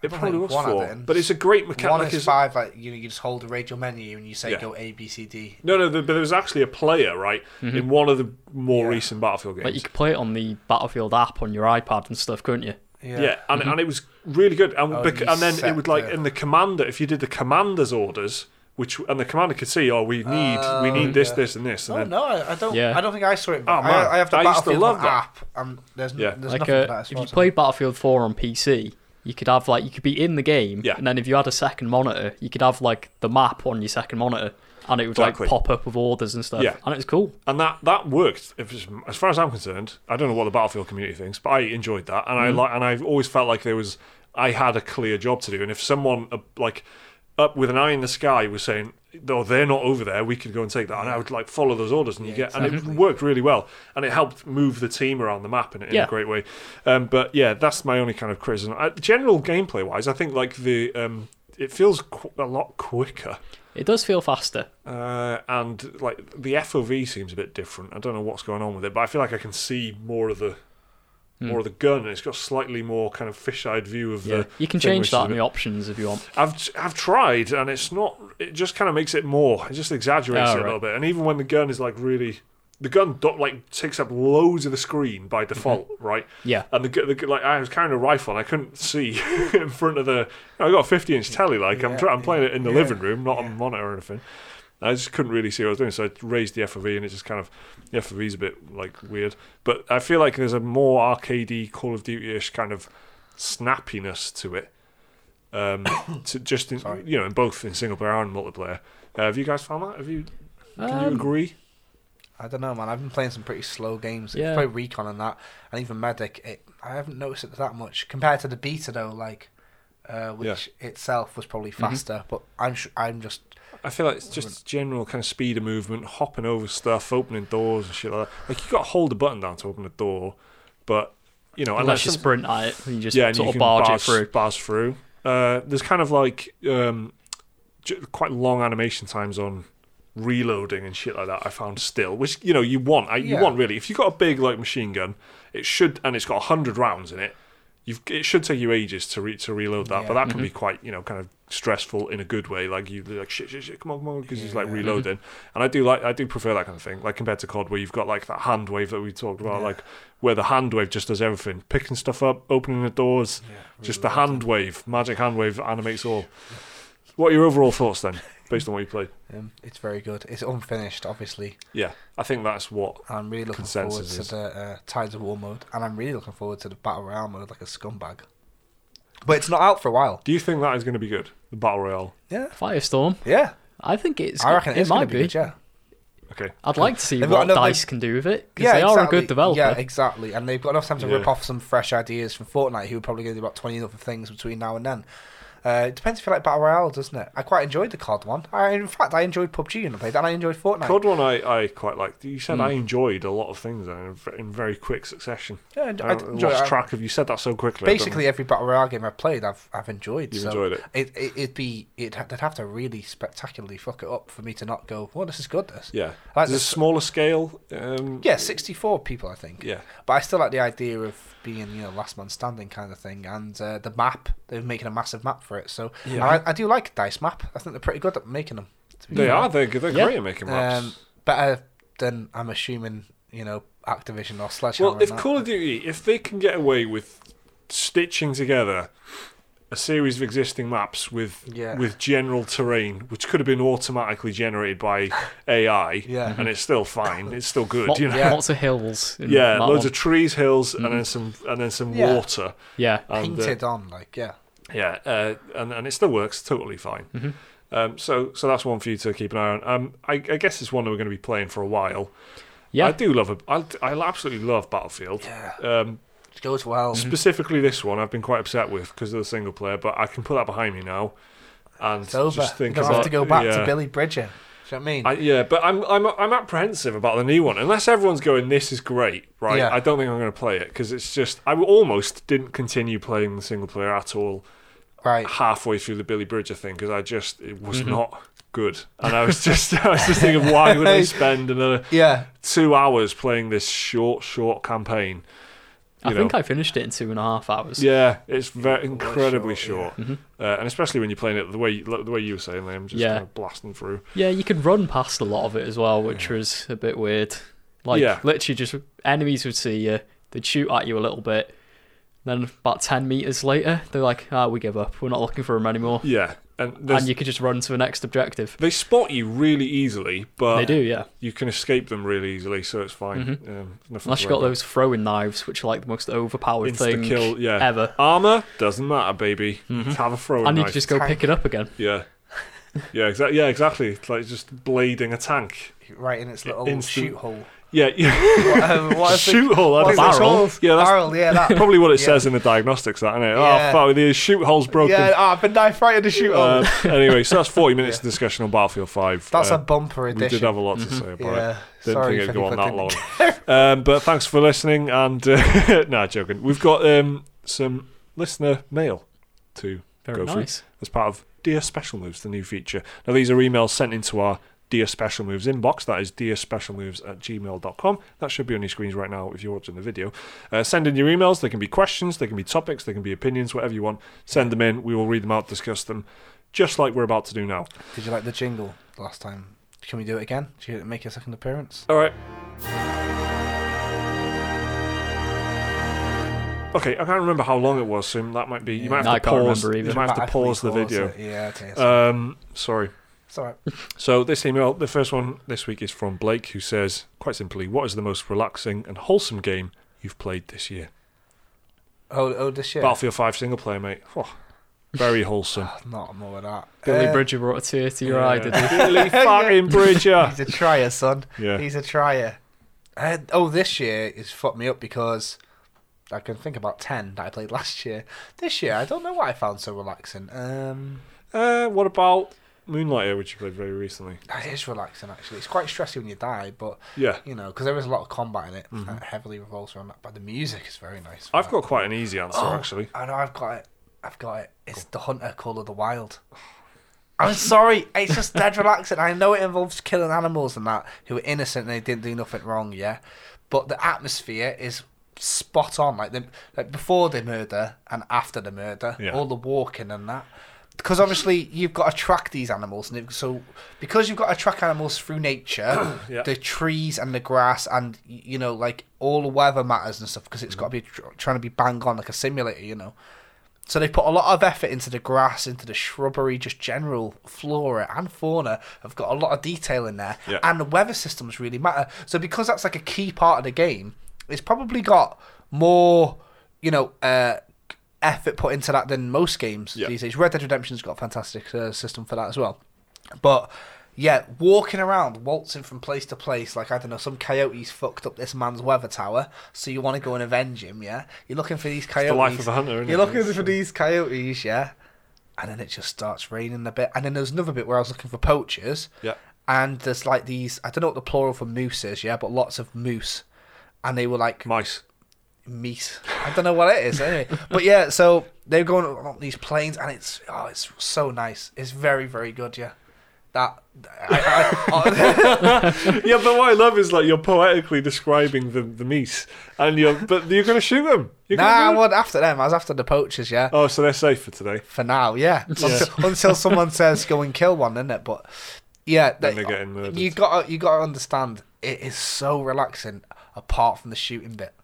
Speaker 1: It
Speaker 3: I've
Speaker 1: probably
Speaker 3: played
Speaker 1: was
Speaker 3: one of
Speaker 1: four,
Speaker 3: them.
Speaker 1: but it's a great
Speaker 3: One
Speaker 1: mechanic.
Speaker 3: is
Speaker 1: Is
Speaker 3: five, like you know, you just hold the radio menu and you say
Speaker 1: Yeah.
Speaker 3: go A B C D.
Speaker 1: no, no, but there was actually a player right in one of the more
Speaker 3: Yeah.
Speaker 1: recent Battlefield games.
Speaker 2: Like Mm-hmm. you could play it on the Battlefield app on your iPad and stuff, couldn't you?
Speaker 1: Yeah, and,
Speaker 2: Mm-hmm.
Speaker 1: and it was really good. And,
Speaker 3: Oh,
Speaker 1: bec-
Speaker 3: you
Speaker 1: and then it
Speaker 3: set
Speaker 1: would like
Speaker 3: the-
Speaker 1: in the commander, if you did the commander's orders, which and the commander could see, oh, we need we need this,
Speaker 3: yeah.
Speaker 1: this, and this, and
Speaker 3: Oh
Speaker 1: then
Speaker 3: no, I, I don't.
Speaker 2: Yeah.
Speaker 3: I don't think I saw it. But
Speaker 1: Oh, man.
Speaker 3: I, I have the
Speaker 1: I used to
Speaker 3: Battlefield
Speaker 1: love that.
Speaker 3: app. And there's n-
Speaker 1: Yeah.
Speaker 3: there's
Speaker 2: like
Speaker 3: nothing
Speaker 2: uh,
Speaker 3: for that. as
Speaker 2: if
Speaker 3: far
Speaker 2: you
Speaker 3: as I
Speaker 2: played Battlefield 4 on PC, you could have like you could be in the game,
Speaker 1: Yeah.
Speaker 2: and then if you had a second monitor, you could have like the map on your second monitor, and it would
Speaker 1: Exactly.
Speaker 2: like pop up with orders and stuff.
Speaker 1: Yeah.
Speaker 2: and it was cool.
Speaker 1: and that that worked. If it's, as far as I'm concerned, I don't know what the Battlefield community thinks, but I enjoyed that, and I like, and I've always felt like there was I had a clear job to do, and if someone uh, like up with an eye in the sky was saying, "No, they're not over there. We could go and take that," and I would like follow those orders, and you
Speaker 3: Yeah,
Speaker 1: get, and it worked really well, and it helped move the team around the map in, in
Speaker 2: Yeah.
Speaker 1: a great way. Um, but yeah, that's my only kind of criticism. Uh, general gameplay wise, I think like the um, it feels qu- a lot quicker.
Speaker 2: It does feel faster.
Speaker 1: Uh, and like the FOV seems a bit different. I don't know what's going on with it, but I feel like I can see more of the more of the gun, and it's got slightly more kind of fish-eyed view of
Speaker 2: Hmm. Yeah,
Speaker 1: the.
Speaker 2: you can
Speaker 1: thing,
Speaker 2: change
Speaker 1: which
Speaker 2: that
Speaker 1: is a
Speaker 2: in the
Speaker 1: bit-
Speaker 2: options if you want.
Speaker 1: I've I've tried, and it's not. It just kind of makes it more. It just exaggerates
Speaker 2: Oh,
Speaker 1: it a
Speaker 2: right.
Speaker 1: little bit, and even when the gun is like really, the gun do- like takes up loads of the screen by
Speaker 2: Mm-hmm.
Speaker 1: default, right?
Speaker 2: Yeah,
Speaker 1: And the, gu- the gu- like, I was carrying a rifle, and I couldn't see *laughs* in front of the. I got a fifty-inch telly. Like I'm,
Speaker 3: Yeah,
Speaker 1: try, I'm playing it in the
Speaker 3: yeah,
Speaker 1: living room, not
Speaker 3: yeah.
Speaker 1: on monitor or anything. I just couldn't really see what I was doing, so I raised the FOV, and it just kind of the FOV's a bit like weird. But I feel like there's a more arcadey, Call of Duty-ish kind of snappiness to it. Um, *coughs* to just in,
Speaker 3: Sorry.
Speaker 1: you know, in both in single player and multiplayer. Uh, have you guys found that? Have you? Can you
Speaker 2: Um,
Speaker 1: agree?
Speaker 3: I don't know, man. I've been playing some pretty slow games.
Speaker 2: Yeah.
Speaker 3: Yeah. Play Recon and that, and even Medic. It, I haven't noticed it that much compared to the beta though. Like, uh, which itself was probably
Speaker 2: Mm-hmm.
Speaker 3: faster. But I'm sh- I'm just
Speaker 1: I feel like it's just general kind of speed of movement, hopping over stuff, opening doors and shit like that. Like you got to hold the button down to open the door, but you know,
Speaker 2: unless you
Speaker 1: some-
Speaker 2: sprint at it, and you just
Speaker 1: yeah, and
Speaker 2: sort
Speaker 1: you
Speaker 2: of
Speaker 1: can
Speaker 2: barge,
Speaker 1: barge,
Speaker 2: it through.
Speaker 1: barge through. Uh, there's kind of like um, j- quite long animation times on reloading and shit like that. I found still, which you know you want, I, you
Speaker 3: Yeah.
Speaker 1: want really. If you've got a big like machine gun, it should, and it's got hundred rounds in it. You've, it should take you ages to re- to reload that, but
Speaker 3: Yeah.
Speaker 1: that can
Speaker 2: Mm-hmm.
Speaker 1: be quite you know kind of stressful in a good way. Like you like shit, shit, shit, come on, come on, because it's like
Speaker 3: Yeah.
Speaker 1: reloading. And I do like I do prefer that kind of thing. Like compared to COD, where you've got like that hand wave that we talked about,
Speaker 3: Yeah.
Speaker 1: like where the hand wave just does everything, picking stuff up, opening the doors, just the hand wave, magic hand wave animates all. What are your overall thoughts then, based on what you played?
Speaker 3: um, it's very good. It's unfinished, obviously.
Speaker 1: Yeah, I think that's what.
Speaker 3: And I'm really looking forward
Speaker 1: Consensus
Speaker 3: to
Speaker 1: is-
Speaker 3: the uh, Tides of War mode, and I'm really looking forward to the Battle Royale mode, like a scumbag. But it's not out for a while.
Speaker 1: Do you think that is going to be good? The battle royale.
Speaker 3: Yeah,
Speaker 2: Firestorm.
Speaker 3: yeah.
Speaker 2: I think it's.
Speaker 3: I reckon
Speaker 2: it
Speaker 3: it's
Speaker 2: might
Speaker 3: going to be. Good, yeah.
Speaker 1: Okay.
Speaker 2: I'd like to see
Speaker 3: They've got
Speaker 2: what
Speaker 3: another-
Speaker 2: Dice can do with it because they are a good developer.
Speaker 3: Yeah, exactly. And they've got enough time to
Speaker 1: Yeah.
Speaker 3: rip off some fresh ideas from Fortnite, who are probably going to do about 20 other things between now and then. Uh, it depends if you like Battle Royale, doesn't it? I quite enjoyed the COD one. I, in fact, I enjoyed PUBG and I played that, and I enjoyed Fortnite.
Speaker 1: COD one I, I quite liked. You said I enjoyed a lot of things in, in very quick succession.
Speaker 3: Yeah, I d-
Speaker 2: Uh,
Speaker 1: I,
Speaker 3: I d- enjoy-
Speaker 1: lost
Speaker 3: I-
Speaker 1: track of you said that so quickly. I don't
Speaker 3: Basically, every Battle Royale game I've played, I've, I've enjoyed.
Speaker 1: You've
Speaker 3: so
Speaker 1: enjoyed it.
Speaker 3: It, it, it'd be, it'd, ha- they'd have to really spectacularly fuck it up for me to not go, well, this is good, this.
Speaker 1: know. yeah,
Speaker 3: I like
Speaker 1: is it
Speaker 3: this-
Speaker 1: smaller scale? Um,
Speaker 3: Yeah, 64 people, I think.
Speaker 1: yeah.
Speaker 3: But I still like the idea of being, you know, last man standing kind of thing, and uh, the map. They're making a massive map for it, so
Speaker 1: Yeah.
Speaker 3: and I, I do like Dice Map. I think they're pretty good at making them. to be
Speaker 1: They
Speaker 3: fair.
Speaker 1: are. They're, they're
Speaker 2: Yeah.
Speaker 1: great at making maps.
Speaker 3: um, better than I'm assuming, you know, Activision or Sledgehammer.
Speaker 1: Well, if
Speaker 3: and that.
Speaker 1: Call of Duty, if they can get away with stitching together a series of existing maps with
Speaker 3: Yeah.
Speaker 1: with general terrain, which could have been automatically generated
Speaker 3: *laughs*
Speaker 1: by AI,
Speaker 3: Yeah.
Speaker 1: and it's still fine, it's still good,
Speaker 2: Lot-
Speaker 3: *laughs*
Speaker 1: you know.
Speaker 3: Yeah.
Speaker 2: Lots of hills. in
Speaker 1: Yeah,
Speaker 2: that
Speaker 1: loads
Speaker 2: one.
Speaker 1: of trees, hills, and then some, and then some
Speaker 3: Mm. Yeah.
Speaker 1: water.
Speaker 2: yeah.
Speaker 1: And, uh,
Speaker 3: painted on, like yeah,
Speaker 1: yeah, uh, and and it still works totally fine.
Speaker 2: Mm-hmm.
Speaker 1: Um, so so that's one for you to keep an eye on. Um, I, I guess it's one that we're going to be playing for a while.
Speaker 2: Yeah.
Speaker 1: I do love it. I I absolutely love Battlefield.
Speaker 3: Yeah.
Speaker 1: Um,
Speaker 3: it goes well.
Speaker 1: Specifically, this one I've been quite upset with because of the single player, but I can put that behind me now and
Speaker 3: It's over.
Speaker 1: just
Speaker 3: You
Speaker 1: think
Speaker 3: don't
Speaker 1: about
Speaker 3: have to go back
Speaker 1: yeah.
Speaker 3: to Billy Bridger. Do you know what I mean?
Speaker 1: I, yeah, but I'm I'm I'm apprehensive about the new one. Unless everyone's going, this is great, right?
Speaker 3: Yeah.
Speaker 1: I don't think I'm going to play it because it's just I almost didn't continue playing the single player at all
Speaker 3: right.
Speaker 1: halfway through the Billy Bridger thing because I just it was
Speaker 3: Mm-hmm.
Speaker 1: not good, and I was just *laughs* I was just thinking, why would I spend another
Speaker 3: Yeah.
Speaker 1: two hours playing this short, short campaign
Speaker 2: I
Speaker 1: You
Speaker 2: think
Speaker 1: know.
Speaker 2: I finished it in two and a half hours. Mm-hmm.
Speaker 1: Yeah, it's very
Speaker 3: Well, that's
Speaker 1: incredibly
Speaker 3: short,
Speaker 1: short, uh, and especially when you're playing it the way the way you were saying, Liam, just
Speaker 2: Yeah.
Speaker 1: kind of blasting through.
Speaker 2: Yeah, you could run past a lot of it as well, which was a bit weird. Like
Speaker 1: Yeah.
Speaker 2: literally, just enemies would see you, they'd shoot at you a little bit. Then about ten meters later, they're like, "Ah, we give up. We're not looking for him anymore."
Speaker 1: Yeah, and, there's-
Speaker 2: And you could just run to the next objective.
Speaker 1: they spot you really easily, but
Speaker 2: they do, yeah.
Speaker 1: you can escape them really easily, so it's fine. Um, nothing
Speaker 2: Unless
Speaker 1: to
Speaker 2: you
Speaker 1: worry
Speaker 2: got
Speaker 1: about.
Speaker 2: those throwing knives, which are like the most overpowered thing
Speaker 1: Insta-kill, yeah. Oh,
Speaker 2: ever.
Speaker 1: armor doesn't matter, baby. Have a throw.
Speaker 2: Mm-hmm. And you
Speaker 1: knife.
Speaker 2: could just go
Speaker 3: tank.
Speaker 2: pick it up again.
Speaker 1: yeah, yeah, exactly. Yeah, exactly. It's like just blading a tank.
Speaker 3: Right in its little
Speaker 1: Instant-
Speaker 3: shoot
Speaker 1: *laughs*
Speaker 3: hole.
Speaker 1: Yeah, yeah.
Speaker 3: What, um, what is it-
Speaker 1: *laughs* shoot hole.
Speaker 3: what
Speaker 1: I
Speaker 3: is it
Speaker 1: think that's-
Speaker 3: called?
Speaker 1: Yeah, that's
Speaker 3: barrel. Yeah,
Speaker 1: *laughs*
Speaker 3: that.
Speaker 1: probably what it
Speaker 3: Yeah.
Speaker 1: says in the diagnostics, that isn't it?
Speaker 3: Yeah.
Speaker 1: Oh, fuck, the shoot hole's broken.
Speaker 3: Yeah, oh, I've been knife right in the shoot hole.
Speaker 1: *laughs* Uh, anyway, so that's 40 minutes of discussion on Battlefield 5.
Speaker 3: That's
Speaker 1: Uh,
Speaker 3: a bumper
Speaker 1: we
Speaker 3: edition. Mm-hmm.
Speaker 1: did have a lot to say about it.
Speaker 3: yeah,
Speaker 1: Didn't
Speaker 3: sorry
Speaker 1: think
Speaker 3: if
Speaker 1: it'd go on that
Speaker 3: anyone
Speaker 1: long. *laughs* um, but thanks for listening. And *laughs* uh, nah, joking. We've got um, some listener mail to
Speaker 2: Very
Speaker 1: go through
Speaker 2: nice.
Speaker 1: as part of Dear Special Moves, the new feature. Now, these are emails sent into our Dear Special Moves inbox. That is dearspecialmoves at gmail.com. That should be on your screens right now if you're watching the video. Uh, send in your emails. They can be questions, they can be topics, they can be opinions, whatever you want. Send them in. We will read them out, discuss them, just like we're about to do now.
Speaker 3: *laughs* Did you like the jingle last time? Can we do it again? Should you make a second appearance?
Speaker 1: All right. Okay, I can't remember how long it was, so that might be. You
Speaker 3: Yeah.
Speaker 1: might have
Speaker 2: No,
Speaker 1: to
Speaker 2: I can't
Speaker 1: pause.
Speaker 2: remember either.
Speaker 1: You might have to
Speaker 3: Actually
Speaker 1: pause the
Speaker 3: pause
Speaker 1: video.
Speaker 3: it. Yeah, okay. It's,
Speaker 1: Um, sorry.
Speaker 3: it's all right.
Speaker 1: So this email, the first one this week is from Blake, who says, quite simply, "What is the most relaxing and wholesome game you've played this year?"
Speaker 3: Oh, oh, this year.
Speaker 1: Battlefield Five single player, mate. Oh, very
Speaker 3: *laughs*
Speaker 1: wholesome.
Speaker 3: Oh, not more of that.
Speaker 2: Billy
Speaker 3: Uh,
Speaker 2: Bridger brought a tear to your eye, did he?
Speaker 3: *laughs*
Speaker 1: Yeah. Billy fucking Bridger.
Speaker 3: He's a trier, son.
Speaker 1: *laughs* Yeah.
Speaker 3: He's a trier. Uh, oh, this year is fucked me up because I can think about ten that I played last year. This year, I don't know what I found so relaxing. Um,
Speaker 1: Uh, what about Moonlighter, which you played very recently?
Speaker 3: it is relaxing actually. It's quite stressy when you die, but
Speaker 1: Yeah. Mm-hmm.
Speaker 3: you know because there is a lot of combat in it. That heavily revolves around that, but the music is very nice. for
Speaker 1: I've
Speaker 3: that.
Speaker 1: got quite an easy answer
Speaker 3: Oh,
Speaker 1: actually.
Speaker 3: I know I've got it. I've got it. It's the Hunter Call of the Wild. I'm sorry, it's just dead relaxing. I know it involves killing animals and that who are innocent and they didn't do nothing wrong, yeah. But the atmosphere is spot on. Like the like before the murder and after the murder,
Speaker 1: Yeah.
Speaker 3: all the walking and that. Because obviously you've got to track these animals, and it- so because you've got to track animals through nature,
Speaker 1: *coughs* Yeah.
Speaker 3: the trees and the grass and y- you know like all the weather matters and stuff because it's got
Speaker 1: Mm.
Speaker 3: to be tr- trying to be bang on like a simulator you know so they put a lot of effort into the grass into the shrubbery just general flora and fauna have got a lot of detail in there
Speaker 1: Yeah.
Speaker 3: and the weather systems really matter so because that's like a key part of the game it's probably got more you know uh effort put into that than most games
Speaker 1: Yeah.
Speaker 3: these days red dead redemption's got a fantastic uh, system for that as well but yeah, walking around, waltzing from place to place, like I don't know, some coyotes fucked up this man's weather tower, so you want to go and avenge him. Yeah, you're looking for these coyotes.
Speaker 1: the life of a hunter, isn't
Speaker 3: You're
Speaker 1: it?
Speaker 3: looking
Speaker 1: It's-
Speaker 3: for these coyotes, yeah. And then it just starts raining a bit, and then there's another bit where I was looking for poachers.
Speaker 1: Yeah.
Speaker 3: And there's like these, I don't know what the plural for moose is, yeah, but lots of moose, and they were like
Speaker 1: Mice. *laughs*
Speaker 3: meat. I don't know what it is anyway. but yeah, so they're going on these planes, and it's oh, it's so nice. It's very very good. Yeah, that. I,
Speaker 1: *laughs*
Speaker 3: oh, I,
Speaker 1: yeah, but what I love is like you're poetically describing the the meat, and you're but you're gonna shoot them.
Speaker 3: *laughs*
Speaker 1: You're
Speaker 3: nah,
Speaker 1: gonna
Speaker 3: I
Speaker 1: do it.
Speaker 3: wasn't after them. I was after the poachers. Yeah.
Speaker 1: Oh, so they're safe for today.
Speaker 3: For now, yeah. Until, until someone says go and kill one, isn't it? But yeah,
Speaker 1: Then
Speaker 3: they-
Speaker 1: they're getting murdered.
Speaker 3: You got you got to understand. It is so relaxing, apart from the shooting bit.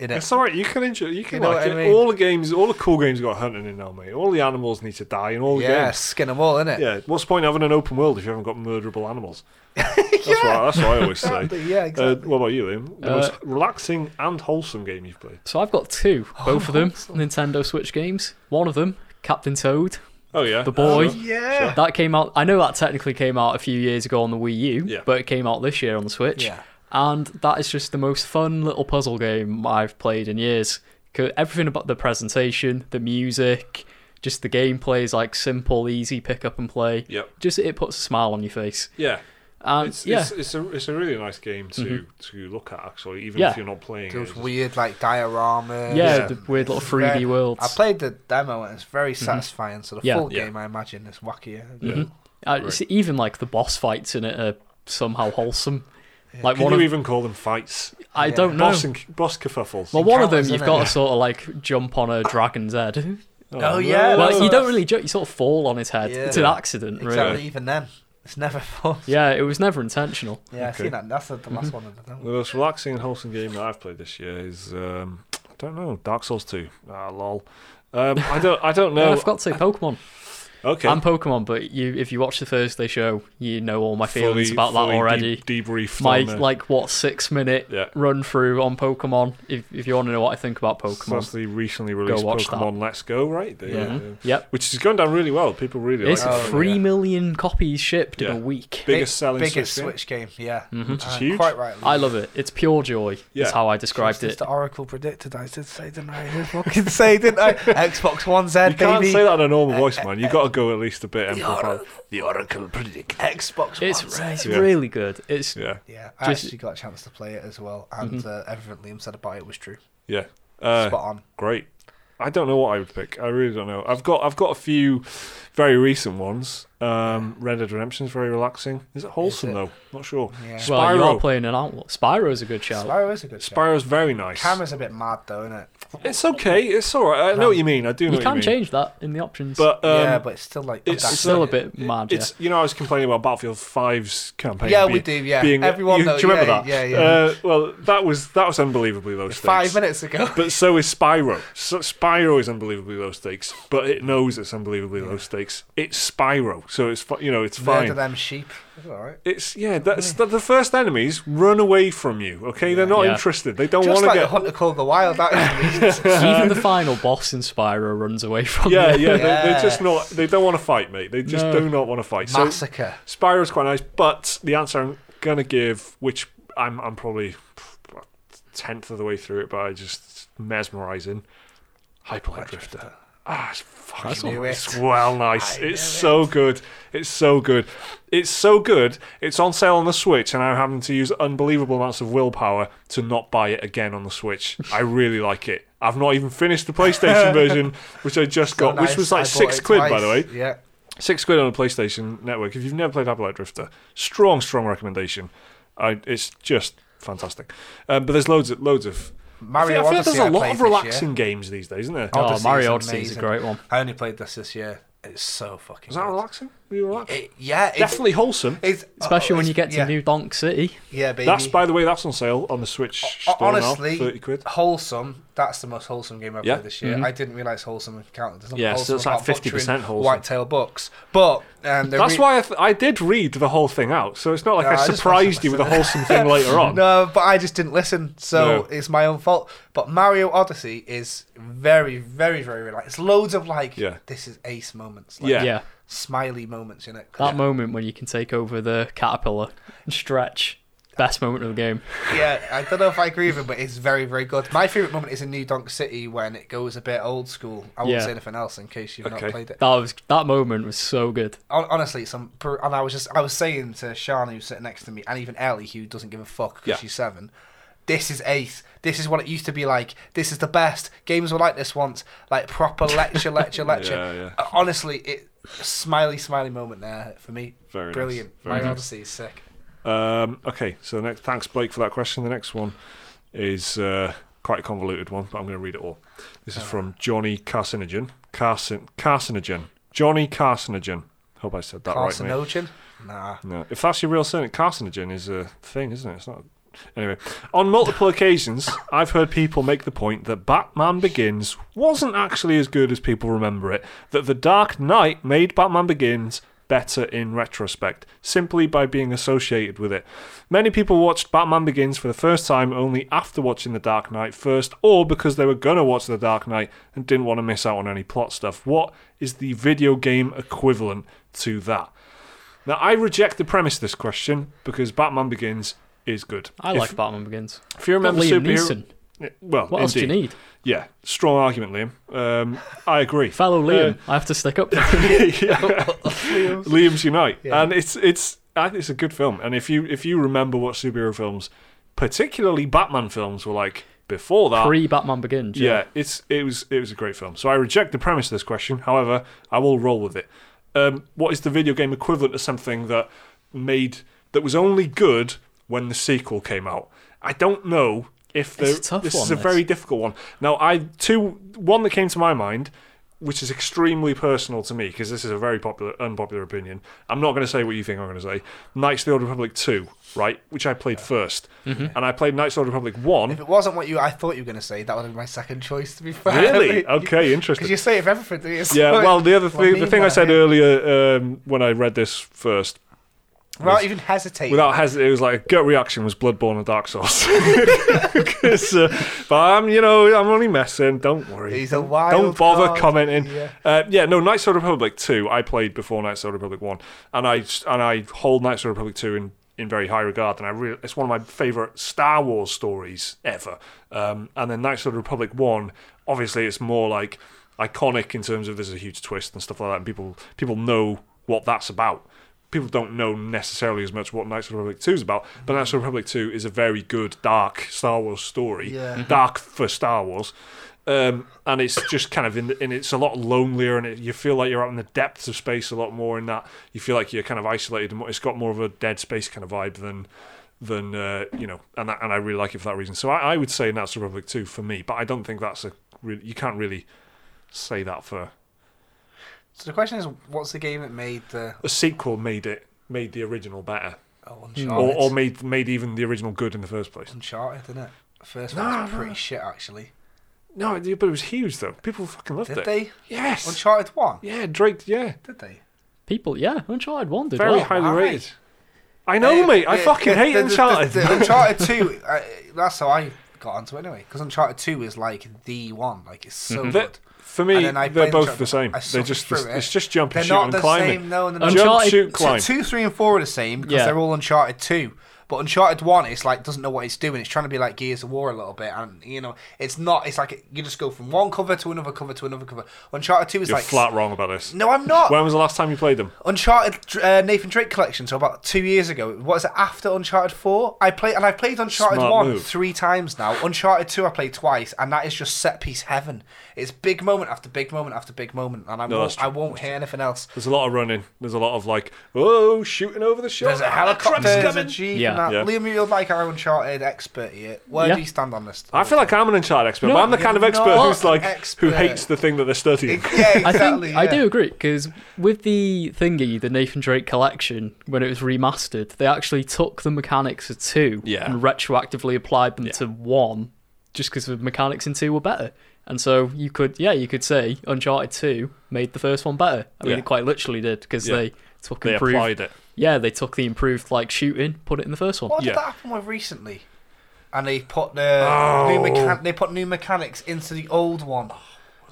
Speaker 3: In it,
Speaker 1: It's all right. You can enjoy. You can
Speaker 3: know
Speaker 1: like
Speaker 3: what I
Speaker 1: it.
Speaker 3: mean?
Speaker 1: All the games, all the cool games got hunting in now, mate. All the animals need to die in all the
Speaker 3: yeah,
Speaker 1: games.
Speaker 3: skin them all, innit?
Speaker 1: Yeah. What's the point of having an open world if you haven't got murderable
Speaker 3: *laughs*
Speaker 1: animals? That's what that's what I always say.
Speaker 3: Exactly, yeah,
Speaker 1: Uh,
Speaker 3: exactly.
Speaker 1: what about you, Liam? The
Speaker 2: Uh,
Speaker 1: most relaxing and wholesome game you've played?
Speaker 2: So I've got two,
Speaker 1: Oh
Speaker 2: both of them Nintendo Switch games. One of them, Captain Toad.
Speaker 1: Oh yeah,
Speaker 2: The boy.
Speaker 1: Sure.
Speaker 3: yeah.
Speaker 2: That came out. I know that technically came out a few years ago on the Wii U,
Speaker 1: Yeah.
Speaker 2: but it came out this year on the Switch.
Speaker 3: Yeah.
Speaker 2: And that is just the most fun little puzzle game I've played in years. 'Cause Everything about the presentation, the music, just the gameplay is like simple, easy pick up and play.
Speaker 1: Yep.
Speaker 2: Just it puts a smile on your face.
Speaker 1: Yeah.
Speaker 2: And
Speaker 1: It's,
Speaker 2: Um, yeah, Mm-hmm.
Speaker 1: it's, uh, it's a it's a really nice game to to look at actually, even
Speaker 2: Yeah.
Speaker 1: if you're not playing.
Speaker 3: Those
Speaker 1: it.
Speaker 3: weird like dioramas.
Speaker 2: yeah,
Speaker 1: yeah.
Speaker 2: the weird little
Speaker 3: It's
Speaker 2: 3D
Speaker 3: very-
Speaker 2: worlds.
Speaker 3: I played the demo and it's very satisfying. So the
Speaker 2: Mm-hmm. Yeah.
Speaker 3: full
Speaker 1: Yeah.
Speaker 3: game, I imagine, is wackier.
Speaker 2: Uh, it's even like the boss fights in it are somehow wholesome. Like
Speaker 1: Can
Speaker 2: one
Speaker 1: you
Speaker 2: of
Speaker 1: even call them fights?
Speaker 2: I
Speaker 3: Yeah.
Speaker 2: don't know.
Speaker 1: Boss, and, boss kerfuffles.
Speaker 2: well, one of them
Speaker 3: Encounters,
Speaker 2: you've
Speaker 3: innit?
Speaker 2: got
Speaker 3: Yeah.
Speaker 2: to sort of like jump on a dragon's head.
Speaker 3: Oh, yeah,
Speaker 1: well,
Speaker 2: *laughs* well,
Speaker 3: that's
Speaker 2: you
Speaker 3: a-
Speaker 2: don't really jump; you sort of fall on his head.
Speaker 3: Yeah.
Speaker 2: It's an accident, really.
Speaker 3: Exactly. Even then, it's never *laughs* forced.
Speaker 2: Yeah, Mm-hmm. it was never intentional.
Speaker 3: Yeah, I've
Speaker 1: Okay.
Speaker 3: seen that. That's the, the last one. Of the,
Speaker 1: The most relaxing and wholesome game that I've played this year is um, I don't know Dark Souls Two. Ah, lol. Um, I don't. I
Speaker 2: *laughs*
Speaker 1: don't
Speaker 2: No,
Speaker 1: know.
Speaker 2: I forgot to say Pokemon.
Speaker 1: okay.
Speaker 2: I'm Pokemon, but you, if you watch the Thursday show, you know all my feelings
Speaker 1: Fully-
Speaker 2: about that
Speaker 1: fully de-
Speaker 2: already.
Speaker 1: debriefed.
Speaker 2: my
Speaker 1: on the-
Speaker 2: like what six minute
Speaker 1: Yeah.
Speaker 2: run through on Pokemon. If if you want to know what I think about
Speaker 1: So
Speaker 2: Pokemon,
Speaker 1: that's the recently released
Speaker 2: watch that.
Speaker 1: Pokemon Let's Go, right? The-
Speaker 2: yeah,
Speaker 1: uh,
Speaker 2: yep.
Speaker 1: which is going down really well. People really
Speaker 2: It's
Speaker 1: like
Speaker 3: Oh,
Speaker 1: it.
Speaker 2: three
Speaker 3: yeah.
Speaker 2: million copies shipped in
Speaker 1: Yeah.
Speaker 2: a week.
Speaker 1: Biggest selling
Speaker 3: biggest
Speaker 1: Switch game.
Speaker 3: Switch game. Yeah,
Speaker 2: Mhm.
Speaker 1: Which is
Speaker 3: Uh,
Speaker 1: huge.
Speaker 3: Quite rightly.
Speaker 2: I love it. It's pure joy.
Speaker 1: Yeah.
Speaker 2: Is how I described
Speaker 3: Just as
Speaker 2: it.
Speaker 3: The Oracle predicted. I did say, didn't I? I did fucking *laughs* say, didn't I? Xbox One Z,
Speaker 1: *laughs* You can't
Speaker 3: baby. Uh,
Speaker 1: say that in a normal voice, man. You got to go at least a bit
Speaker 3: The
Speaker 1: amplified.
Speaker 3: Oracle, the Oracle predicted. Xbox
Speaker 2: It's
Speaker 3: One Z.
Speaker 2: it's
Speaker 1: Yeah.
Speaker 2: really good. It's
Speaker 1: Yeah,
Speaker 3: Yeah, I
Speaker 2: Just- Mm-hmm.
Speaker 3: actually got a chance to play it as well, and uh, everything Liam said about it was true.
Speaker 1: yeah. Uh,
Speaker 3: Spot on.
Speaker 1: great. I don't know what I would pick. I really don't know. I've got I've got a few very recent ones. Um, Red Dead Redemption's very relaxing. Is it wholesome
Speaker 3: it?
Speaker 1: though? Not sure.
Speaker 3: Yeah.
Speaker 1: Sp-
Speaker 2: well, you are
Speaker 1: Spyro.
Speaker 2: playing an outlaw. Spyro's a good shout.
Speaker 3: Spyro is a good show.
Speaker 1: Spyro's very nice.
Speaker 3: Camera's a bit mad though, isn't it?
Speaker 1: It's okay. It's all right. I know what you mean. I do know
Speaker 2: you
Speaker 1: what
Speaker 2: can
Speaker 1: you mean.
Speaker 2: change that in the options.
Speaker 1: But um,
Speaker 3: yeah, but it's still like
Speaker 1: it's
Speaker 3: that's-
Speaker 2: still a bit
Speaker 1: *laughs*
Speaker 2: mad.
Speaker 1: it's you know I was complaining about Battlefield 5's campaign.
Speaker 3: Yeah,
Speaker 1: be-
Speaker 3: we do. Yeah,
Speaker 1: Being
Speaker 3: everyone
Speaker 1: you,
Speaker 3: knows.
Speaker 1: do you remember
Speaker 3: yeah,
Speaker 1: that?
Speaker 3: Yeah, yeah.
Speaker 1: Uh, well, that was that was unbelievably low stakes.
Speaker 3: Five minutes ago.
Speaker 1: But so is Spyro. So Spyro is unbelievably low stakes, but it knows it's unbelievably low stakes. It's Spyro, so it's fi- you know it's
Speaker 3: *laughs* Murder
Speaker 1: fine.
Speaker 3: them sheep. It's all right.
Speaker 1: It's yeah. That's the, the first enemies run away from you. Okay, they're not
Speaker 2: Yeah.
Speaker 1: interested. They don't
Speaker 3: Just
Speaker 1: want
Speaker 3: like
Speaker 1: to
Speaker 3: the
Speaker 1: get.
Speaker 3: Hunter Called the Wild. That
Speaker 1: *laughs*
Speaker 3: is
Speaker 2: yeah. even the final boss in Spyro runs away from
Speaker 1: yeah,
Speaker 2: you.
Speaker 1: yeah, They, they're just
Speaker 3: Yes.
Speaker 1: not. They don't want to fight, mate. They just
Speaker 2: No.
Speaker 1: do not want to fight. So
Speaker 3: massacre.
Speaker 1: Spyro's quite nice, but the answer I'm gonna give, which I'm I'm probably a tenth of the way through it, but I just mesmerizing. Hyperlight Drifter. Ah, it's fucking
Speaker 3: knew
Speaker 1: it's
Speaker 3: it.
Speaker 1: well nice.
Speaker 3: I
Speaker 1: it's
Speaker 3: knew
Speaker 1: so good. It's so good. It's so good. It's on sale on the Switch, and I'm having to use unbelievable amounts of willpower to not buy it again on the Switch. I really like it. I've not even finished
Speaker 3: *laughs*
Speaker 1: the PlayStation version, which I just
Speaker 3: So
Speaker 1: got,
Speaker 3: nice.
Speaker 1: which was
Speaker 3: I
Speaker 1: like
Speaker 3: bought
Speaker 1: six
Speaker 3: it
Speaker 1: quid, by
Speaker 3: twice.
Speaker 1: the way
Speaker 3: Yeah.
Speaker 1: six quid on a PlayStation Network. If you've never played Apple Light Drifter, strong, strong recommendation. I, it's just fantastic. Um, but there's loads, of, loads of. I feel,
Speaker 3: Mario
Speaker 1: I feel
Speaker 3: Odyssey.
Speaker 1: there's a
Speaker 3: I
Speaker 1: lot
Speaker 3: played
Speaker 1: of
Speaker 3: this year.
Speaker 1: relaxing games these days, isn't there?
Speaker 2: Oh,
Speaker 3: Odyssey is
Speaker 2: Mario Odyssey is a
Speaker 3: amazing.
Speaker 2: great one.
Speaker 3: I only played this this year. It's so fucking.
Speaker 1: Is that
Speaker 3: good.
Speaker 1: relaxing? Were you relaxed?
Speaker 3: It, yeah, it,
Speaker 1: Definitely wholesome.
Speaker 3: It's,
Speaker 2: *laughs* Especially
Speaker 3: oh,
Speaker 2: when
Speaker 3: it's-
Speaker 2: you get to
Speaker 3: yeah,
Speaker 2: New Donk City.
Speaker 3: Yeah, baby.
Speaker 1: That's by the way, that's on sale on the Switch
Speaker 3: O-
Speaker 1: store
Speaker 3: honestly, uh,
Speaker 1: now, thirty quid.
Speaker 3: wholesome. That's the most wholesome game I've
Speaker 1: Yeah.
Speaker 3: played this year.
Speaker 2: Mhm.
Speaker 3: I didn't realize wholesome counted. There's nothing
Speaker 1: Yeah, so
Speaker 3: wholesome
Speaker 1: it's like
Speaker 3: about butchering
Speaker 1: 50% wholesome.
Speaker 3: Whitetail books, but um, they're
Speaker 1: That's
Speaker 3: re-
Speaker 1: why I, th- I did read the whole thing out, so it's not like
Speaker 3: No, I
Speaker 1: I
Speaker 3: just
Speaker 1: surprised you with a wholesome thing later on.
Speaker 3: *laughs* No, but I just didn't listen, so
Speaker 1: No.
Speaker 3: it's my own fault. But Mario Odyssey is very, very, very relaxed. It's loads of like,
Speaker 1: Yeah.
Speaker 3: this is ace moments, like
Speaker 1: Yeah.
Speaker 2: Yeah.
Speaker 3: smiley moments in it.
Speaker 2: That moment when you can take over the caterpillar and stretch. Best moment of the game.
Speaker 3: yeah, I don't know if I agree with him, but it's very, very good. My favorite moment is in New Donk City when it goes a bit old school. I won't
Speaker 2: Yeah.
Speaker 3: say anything else in case you've
Speaker 1: Okay.
Speaker 3: not played it.
Speaker 2: That was that moment was so good.
Speaker 3: Hon- Honestly, some pr- and I was just I was saying to Sean who's sitting next to me, and even Ellie who doesn't give a fuck because
Speaker 1: Yeah.
Speaker 3: she's seven. This is eighth. This is what it used to be like. This is the best. Games were like this once, like proper
Speaker 1: *laughs*
Speaker 3: lecture, lecture, lecture.
Speaker 1: Yeah, yeah.
Speaker 3: Uh, Honestly, it smiley, smiley moment there for me.
Speaker 1: Very nice,
Speaker 3: brilliant.
Speaker 1: very
Speaker 3: My
Speaker 1: nice.
Speaker 3: Odyssey is sick.
Speaker 1: Um, okay, so the next, thanks Blake for that question. The next one is uh, quite a convoluted one, but I'm going to read it all. This is from Johnny Carcinogen. Carcin- carcinogen. Johnny Carcinogen. Hope I said that right, mate.
Speaker 3: Carcinogen? Nah.
Speaker 1: No, if that's your real surname, carcinogen is a thing, isn't it? It's not. Anyway, on multiple occasions, *laughs* I've heard people make the point that Batman Begins wasn't actually as good as people remember it. That The Dark Knight made Batman Begins better in retrospect, simply by being associated with it. Many people watched Batman Begins for the first time only after watching The Dark Knight first, or because they were gonna watch The Dark Knight and didn't want to miss out on any plot stuff. What is the video game equivalent to that? Now, I reject the premise of this question because Batman Begins is good.
Speaker 2: I
Speaker 1: If-
Speaker 2: like Batman Begins.
Speaker 1: If you remember superhero,
Speaker 2: Liam Neeson.
Speaker 1: Yeah, well,
Speaker 2: What else do you
Speaker 1: indeed.
Speaker 2: need?
Speaker 1: Yeah, strong argument, Liam. Um, I agree.
Speaker 2: Fellow Liam. I have to stick up. for
Speaker 1: uh,
Speaker 2: him.
Speaker 1: *laughs* Yeah. Liam's Unite,
Speaker 3: Yeah.
Speaker 1: and it's it's I think it's a good film. And if you if you remember what superhero films, particularly Batman films, were like before that,
Speaker 2: Pre Batman Begins.
Speaker 1: yeah, it's it was it was a great film. So I reject the premise of this question. However, I will roll with it. Um, what is the video game equivalent to something that made that was only good when the sequel came out. I don't know if the,
Speaker 2: It's a tough
Speaker 1: this
Speaker 2: one,
Speaker 1: is a
Speaker 2: this.
Speaker 1: very difficult one. Now, I two one that came to my mind, which is extremely personal to me because this is a very popular unpopular opinion. I'm not going to say what you think. I'm going to say Knights of the Old Republic two, right? Which I played 1st
Speaker 2: Mm-hmm.
Speaker 1: and I played Knights of the Old Republic
Speaker 3: If
Speaker 1: one.
Speaker 3: it wasn't what you I thought you were going to say, that would have been my second choice. To be fair, *laughs*
Speaker 1: Really? Okay,
Speaker 3: Because
Speaker 1: interesting.
Speaker 3: you save everything. don't you?
Speaker 1: *laughs*
Speaker 3: It's
Speaker 1: Yeah,
Speaker 3: *laughs* like-
Speaker 1: well, the other
Speaker 3: Well,
Speaker 1: thing, the thing I
Speaker 3: meanwhile,
Speaker 1: said
Speaker 3: yeah.
Speaker 1: earlier um, when I read this first
Speaker 3: without even hesitating.
Speaker 1: Without hesitation, it was like a gut reaction was Bloodborne and Dark Souls. *laughs* 'Cause, uh, but I'm, you know, I'm only messing. Don't worry.
Speaker 3: He's a wild.
Speaker 1: Don't bother
Speaker 3: card.
Speaker 1: commenting.
Speaker 3: Yeah.
Speaker 1: Uh, yeah, no, Knights of the Republic two. I played before Knights of the Republic one, and I and I hold Knights of the Republic two in, in very high regard, and I really, it's one of my favorite Star Wars stories ever. Um, and then Knights of the Republic one, obviously, it's more like iconic in terms of there's a huge twist and stuff like that, and people people know what that's about. People don't know necessarily as much what Knights of the Republic two is about, but Knights of the Republic two is a very good dark Star Wars story,
Speaker 3: Yeah.
Speaker 1: *laughs*
Speaker 3: Mhm.
Speaker 1: dark for Star Wars um, and it's just kind of in, and it's a lot lonelier, and it, you feel like you're out in the depths of space a lot more. In that you feel like you're kind of isolated, and it's got more of a dead space kind of vibe than than uh, you know, and that, and I really like it for that reason. So I, I would say Knights of the Republic two for me, but I don't think that's a really, you can't really say that for
Speaker 3: So the question is, what's the game that made the?
Speaker 1: a sequel made it made the original better,
Speaker 3: Oh,
Speaker 1: or,
Speaker 2: Hmm.
Speaker 3: Uncharted.
Speaker 1: or made made even the original good in the first place.
Speaker 3: Uncharted, isn't it? The first
Speaker 1: No,
Speaker 3: one's
Speaker 1: no.
Speaker 3: pretty shit, actually.
Speaker 1: No, it- but it was huge though. People fucking loved
Speaker 3: Did
Speaker 1: it.
Speaker 3: they?
Speaker 1: Yes.
Speaker 3: Uncharted one?
Speaker 1: yeah, Drake. Yeah.
Speaker 3: Did they?
Speaker 2: People, yeah, Uncharted One did
Speaker 1: Very
Speaker 2: well.
Speaker 1: highly
Speaker 3: why?
Speaker 1: rated. I know,
Speaker 3: Uh,
Speaker 1: mate. I
Speaker 3: yeah,
Speaker 1: fucking
Speaker 3: the-
Speaker 1: hate
Speaker 3: the- the-
Speaker 1: Uncharted.
Speaker 3: the-
Speaker 1: *laughs*
Speaker 3: the *laughs* Uncharted two. Uh, that's how I got onto it anyway. Because Uncharted two is like the one. Like it's so
Speaker 1: Mm-hmm. They-
Speaker 3: good.
Speaker 1: for me,
Speaker 3: And then I
Speaker 1: they're
Speaker 3: played
Speaker 1: both
Speaker 3: Uncharted.
Speaker 1: the same.
Speaker 3: I
Speaker 1: They're
Speaker 3: suffered
Speaker 1: just
Speaker 3: through
Speaker 1: it's
Speaker 3: it.
Speaker 1: just jumping,
Speaker 3: They're
Speaker 1: shooting,
Speaker 3: not
Speaker 1: and
Speaker 3: the
Speaker 1: climbing.
Speaker 3: same. No, they're not.
Speaker 2: Uncharted
Speaker 1: Jump,
Speaker 2: Uncharted-
Speaker 1: shoot,
Speaker 2: so
Speaker 1: climb.
Speaker 3: So two, three, and four are the same because
Speaker 2: Yeah.
Speaker 3: they're all Uncharted two. But Uncharted one, it's like doesn't know what it's doing. It's trying to be like Gears of War a little bit, and you know, it's not. It's like you just go from one cover to another cover to another cover. Uncharted two is
Speaker 1: You're
Speaker 3: like
Speaker 1: flat wrong about this.
Speaker 3: No, I'm not.
Speaker 1: When was the last time you played them?
Speaker 3: Uncharted uh, Nathan Drake collection. So about two years ago, was it after Uncharted Four? I played and I played Uncharted
Speaker 1: Smart
Speaker 3: One
Speaker 1: move.
Speaker 3: three times now. Uncharted Two I played twice, and that is just set piece heaven. It's big moment after big moment after big moment, and I
Speaker 1: No, that's
Speaker 3: won't,
Speaker 1: true.
Speaker 3: I won't hear anything else.
Speaker 1: There's a lot of running. There's a lot of like, oh, shooting over the shop.
Speaker 3: There's a helicopter, there's a jeep.
Speaker 2: Yeah.
Speaker 3: and that.
Speaker 1: Yeah.
Speaker 3: Liam, you're like our Uncharted expert here. Where
Speaker 2: Yeah.
Speaker 3: do you stand on this?
Speaker 1: I feel like I'm an Uncharted expert,
Speaker 2: No,
Speaker 1: but I'm the kind of
Speaker 3: you're
Speaker 1: expert
Speaker 3: not
Speaker 1: who's like who
Speaker 3: expert.
Speaker 1: hates the thing that they're studying.
Speaker 3: *laughs* yeah,
Speaker 2: I think
Speaker 3: exactly.
Speaker 2: I
Speaker 3: yeah.
Speaker 2: do agree because with the thingy, the Nathan Drake collection, when it was remastered, they actually took the mechanics of two
Speaker 1: Yeah.
Speaker 2: and retroactively applied them to one, just because the mechanics in two were better. And so you could, yeah, you could say Uncharted Two made the first one better. I mean,
Speaker 1: Yeah.
Speaker 2: it quite literally did because
Speaker 1: Yeah.
Speaker 2: they took
Speaker 1: they
Speaker 2: improved,
Speaker 1: applied it.
Speaker 2: yeah, they took the improved like shooting, put it in the first one.
Speaker 3: What
Speaker 1: Yeah.
Speaker 3: did that happen with recently? And they put the
Speaker 1: Oh.
Speaker 3: new mechan- they put new mechanics into the old one.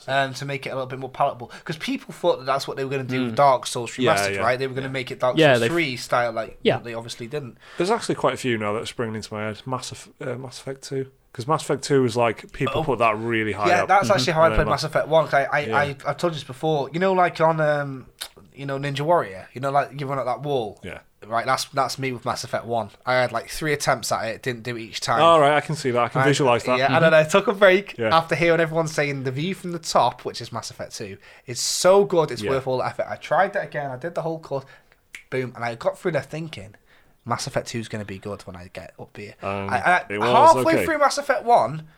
Speaker 3: Um, to make it a little bit more palatable, because people thought that that's what they were going to do with Dark Souls
Speaker 1: Yeah,
Speaker 3: Remastered,
Speaker 1: yeah,
Speaker 3: right? They were going to
Speaker 1: yeah.
Speaker 3: make it Dark
Speaker 2: Mm. Yeah,
Speaker 3: Souls
Speaker 2: they-
Speaker 3: Three style, like
Speaker 2: Yeah.
Speaker 3: but they obviously didn't.
Speaker 1: There's actually quite a few now that are springing into my head. Mass, Eff- uh, Mass Effect two, because Mass Effect two was like people
Speaker 3: Oh.
Speaker 1: put that really high
Speaker 3: yeah,
Speaker 1: up.
Speaker 3: that's actually how I
Speaker 1: Yeah,
Speaker 3: played
Speaker 1: man.
Speaker 3: Mass Effect One. 'cause I, I,
Speaker 1: Yeah.
Speaker 3: I, I've told you this before. You know, like on, um, you know, Ninja Warrior. You know, like you run at that wall.
Speaker 1: Yeah.
Speaker 3: Right. That's that's me with Mass Effect One. I had like three attempts at it. Didn't do it each time.
Speaker 1: All right, I can see that. I can
Speaker 3: And-
Speaker 1: visualize that. Mm-hmm.
Speaker 3: Yeah, and then I took a break
Speaker 1: Yeah.
Speaker 3: after hearing everyone saying the view from the top, which is Mass Effect 2, is so good, it's
Speaker 1: Yeah.
Speaker 3: worth all the effort. I tried that again, I did the whole course, boom, and I got through there thinking, Mass Effect 2 is going to be good when I get up here.
Speaker 1: Um,
Speaker 3: I- I-
Speaker 1: it was
Speaker 3: halfway
Speaker 1: okay.
Speaker 3: through Mass Effect 1,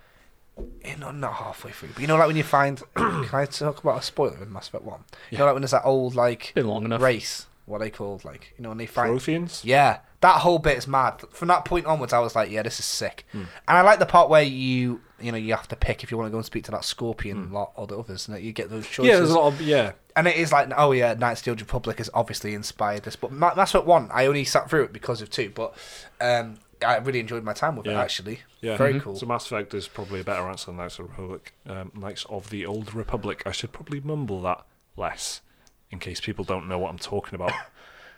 Speaker 3: you know, not halfway through, but you know, like when you find. *clears throat* can I talk about a spoiler in Mass Effect 1? You know, like when there's that old, like,
Speaker 2: Been long enough.
Speaker 3: race, what they called, like, you know, when they find.
Speaker 1: Protheans?
Speaker 3: Yeah, that whole bit is mad. From that point onwards, I was like, yeah, this is sick.
Speaker 1: Hmm.
Speaker 3: And I like the part where you, you know, you have to pick if you want to go and speak to that scorpion lot or the others, and that you get those choices.
Speaker 1: Hmm. Yeah, there's a lot of yeah.
Speaker 3: and it is like, oh yeah, Knights of the Old Republic has obviously inspired this, but Ma- that's what one. I only sat through it because of two, but um, I really enjoyed my time with it
Speaker 1: Yeah.
Speaker 3: actually.
Speaker 1: Yeah. mm-hmm.
Speaker 3: very cool.
Speaker 1: So Mass Effect is probably a better answer than Knights of the Republic. Um, Knights of the Old Republic. I should probably mumble that less, in case people don't know what I'm talking
Speaker 3: *laughs*
Speaker 1: about.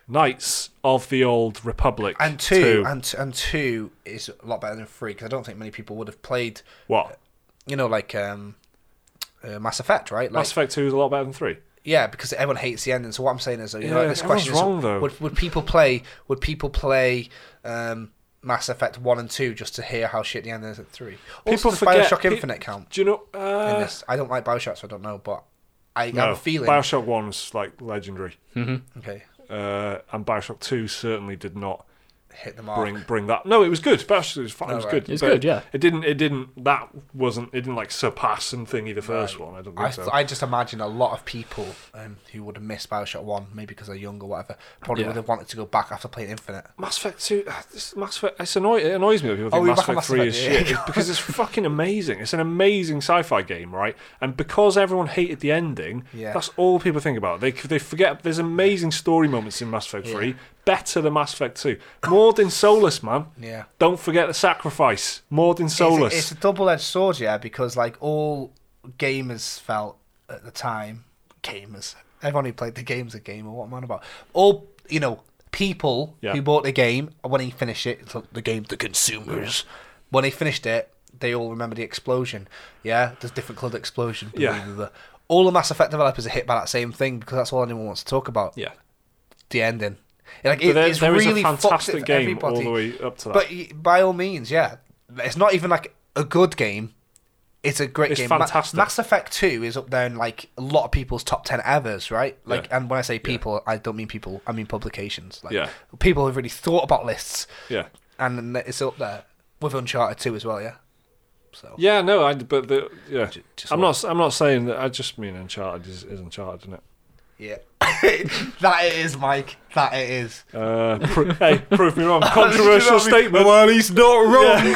Speaker 1: Knights of the Old Republic.
Speaker 3: and two, and and two is a lot better than three because I don't think many people would have played,
Speaker 1: what?
Speaker 3: you know, like um, uh, Mass Effect, right? Like,
Speaker 1: Mass Effect Two is a lot better than three.
Speaker 3: Yeah, because everyone hates the ending. So what I'm saying is, you
Speaker 1: Yeah,
Speaker 3: know, like this
Speaker 1: everyone's
Speaker 3: question
Speaker 1: wrong,
Speaker 3: is,
Speaker 1: though.
Speaker 3: would would people play? Would people play um, Mass Effect one and two just to hear how shit the ending is at three?
Speaker 1: People
Speaker 3: Also, does
Speaker 1: forget-
Speaker 3: Bioshock
Speaker 1: pe-
Speaker 3: Infinite count
Speaker 1: Do you know?
Speaker 3: in
Speaker 1: Uh,
Speaker 3: this? I don't like Bioshock, so I don't know, but I
Speaker 1: no.
Speaker 3: have a feeling.
Speaker 1: Bioshock One was like legendary,
Speaker 3: okay,
Speaker 1: uh, and Bioshock Two certainly did not
Speaker 3: hit the mark.
Speaker 1: bring bring that. No, it was good. Bash was fine. It was
Speaker 3: Alright.
Speaker 1: good.
Speaker 2: It's
Speaker 1: but
Speaker 2: good, yeah.
Speaker 1: It didn't. It didn't. That wasn't. It didn't like surpass and thingy the first
Speaker 3: Right.
Speaker 1: one. I don't think
Speaker 3: I,
Speaker 1: so.
Speaker 3: I just imagine a lot of people um, who would have missed Bioshock 1, maybe because they're young or whatever, probably
Speaker 1: Yeah.
Speaker 3: would have wanted to go back after playing Infinite.
Speaker 1: Mass Effect 2, ah, this Mass Effect, it's annoy, it annoys me when people
Speaker 3: Oh,
Speaker 1: think
Speaker 3: we're
Speaker 1: Mass
Speaker 3: back on
Speaker 1: Effect
Speaker 3: Mass
Speaker 1: 3 is
Speaker 3: Effect, yeah.
Speaker 1: shit. It's because it's fucking amazing. It's an amazing sci fi game, right? And because everyone hated the ending,
Speaker 3: Yeah.
Speaker 1: that's all people think about. They, they forget there's amazing story moments in Mass Effect 3, better than Mass Effect 2. Morden Solus, man.
Speaker 3: Yeah.
Speaker 1: Don't forget the sacrifice. Morden Solus.
Speaker 3: It's, it's a double-edged sword, yeah, because like all gamers felt at the time, gamers, everyone who played the game's a gamer. What am I on about? All you know, people
Speaker 1: Yeah.
Speaker 3: who bought the game when he finished it, it's like the game, the consumers, when they finished it, they all remember the explosion. Yeah, there's different colored explosion. blah,
Speaker 1: Yeah.
Speaker 3: blah, blah. All the Mass Effect developers are hit by that same thing because that's all anyone wants to talk about.
Speaker 1: yeah.
Speaker 3: The ending. Like
Speaker 1: But
Speaker 3: it,
Speaker 1: there,
Speaker 3: it's
Speaker 1: there is
Speaker 3: really
Speaker 1: a
Speaker 3: fucks it
Speaker 1: fantastic
Speaker 3: for
Speaker 1: game
Speaker 3: everybody.
Speaker 1: all the way up to that.
Speaker 3: But y- by all means, yeah, it's not even like a good game. It's a great
Speaker 1: It's
Speaker 3: game. Ma-
Speaker 1: fantastic.
Speaker 3: Mass Effect Two is up there in like a lot of people's top ten evers, right? Like,
Speaker 1: Yeah.
Speaker 3: and when I say people, I don't mean people. I mean publications. Like,
Speaker 1: Yeah.
Speaker 3: people have really thought about lists,
Speaker 1: yeah.
Speaker 3: and then it's up there with Uncharted Two as well. Yeah. So
Speaker 1: Yeah, no, I, but the, yeah.
Speaker 3: Ju- just
Speaker 1: I'm not. I'm not saying that. I just mean Uncharted is, is Uncharted, isn't it?
Speaker 3: *laughs* yeah, *laughs* that it is, Mike. That it is.
Speaker 1: Uh, pro- hey, prove me *laughs* wrong. *laughs* Controversial
Speaker 3: Well,
Speaker 1: statement.
Speaker 3: Well, he's not wrong.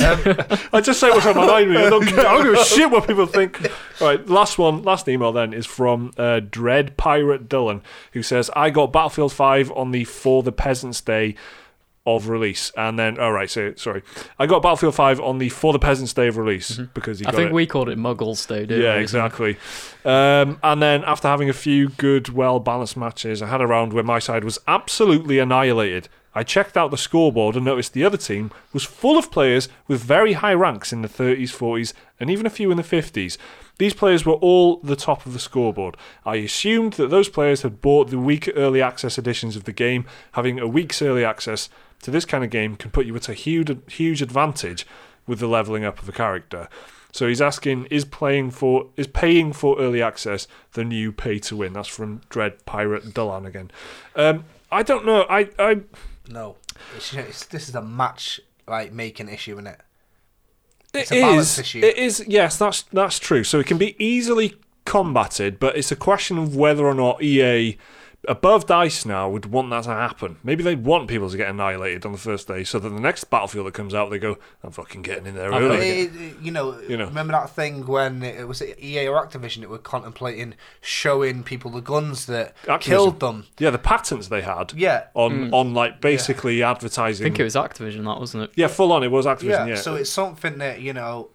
Speaker 1: Um, I just say what's on my mind. I don't care. I don't give a shit what people think. All right, last one, last email then is from uh, Dread Pirate Dylan, who says, "I got Battlefield 5 on the For the Peasants Day." Of release, and then all right. So sorry, I got Battlefield Five on the for the Peasants Day of release because he
Speaker 2: I
Speaker 1: got
Speaker 2: think
Speaker 1: it.
Speaker 2: we called it Muggles Day, didn't
Speaker 1: Yeah,
Speaker 2: we?
Speaker 1: exactly. Um, and then after having a few good, well balanced matches, I had a round where my side was absolutely annihilated. I checked out the scoreboard and noticed the other team was full of players with very high ranks in the 30s, 40s, and even a few in the 50s. These players were all the top of the scoreboard. I assumed that those players had bought the weak early access editions of the game. Having a week's early access to this kind of game can put you at a huge, huge advantage with the leveling up of a character. So he's asking, is playing for is paying for early access the new pay to win? That's from Dread Pirate Dolan again. Um, I don't know. I, I
Speaker 3: No, it's, it's, this is a match like making issue, isn't it? It's a
Speaker 1: it
Speaker 3: balance
Speaker 1: is-
Speaker 3: issue.
Speaker 1: It is. Yes, that's that's true. So it can be easily combated, but it's a question of whether or not EA above dice now would want that to happen. Maybe they want people to get annihilated on the first day, so that the next battlefield that comes out, they go, "I'm fucking getting in there
Speaker 2: I've
Speaker 1: early."
Speaker 2: got
Speaker 3: It- it- you know,
Speaker 1: You know.
Speaker 3: remember that thing when it was it EA or Activision that were contemplating showing people the guns that
Speaker 1: Activision.
Speaker 3: killed them.
Speaker 1: Yeah, the patents they had
Speaker 3: Yeah,
Speaker 1: on on like basically advertising.
Speaker 2: I Mm. think it was Activision, that wasn't it?
Speaker 1: yeah, full on. It was
Speaker 3: yeah.
Speaker 1: Activision. Yeah.
Speaker 3: So it's something that you know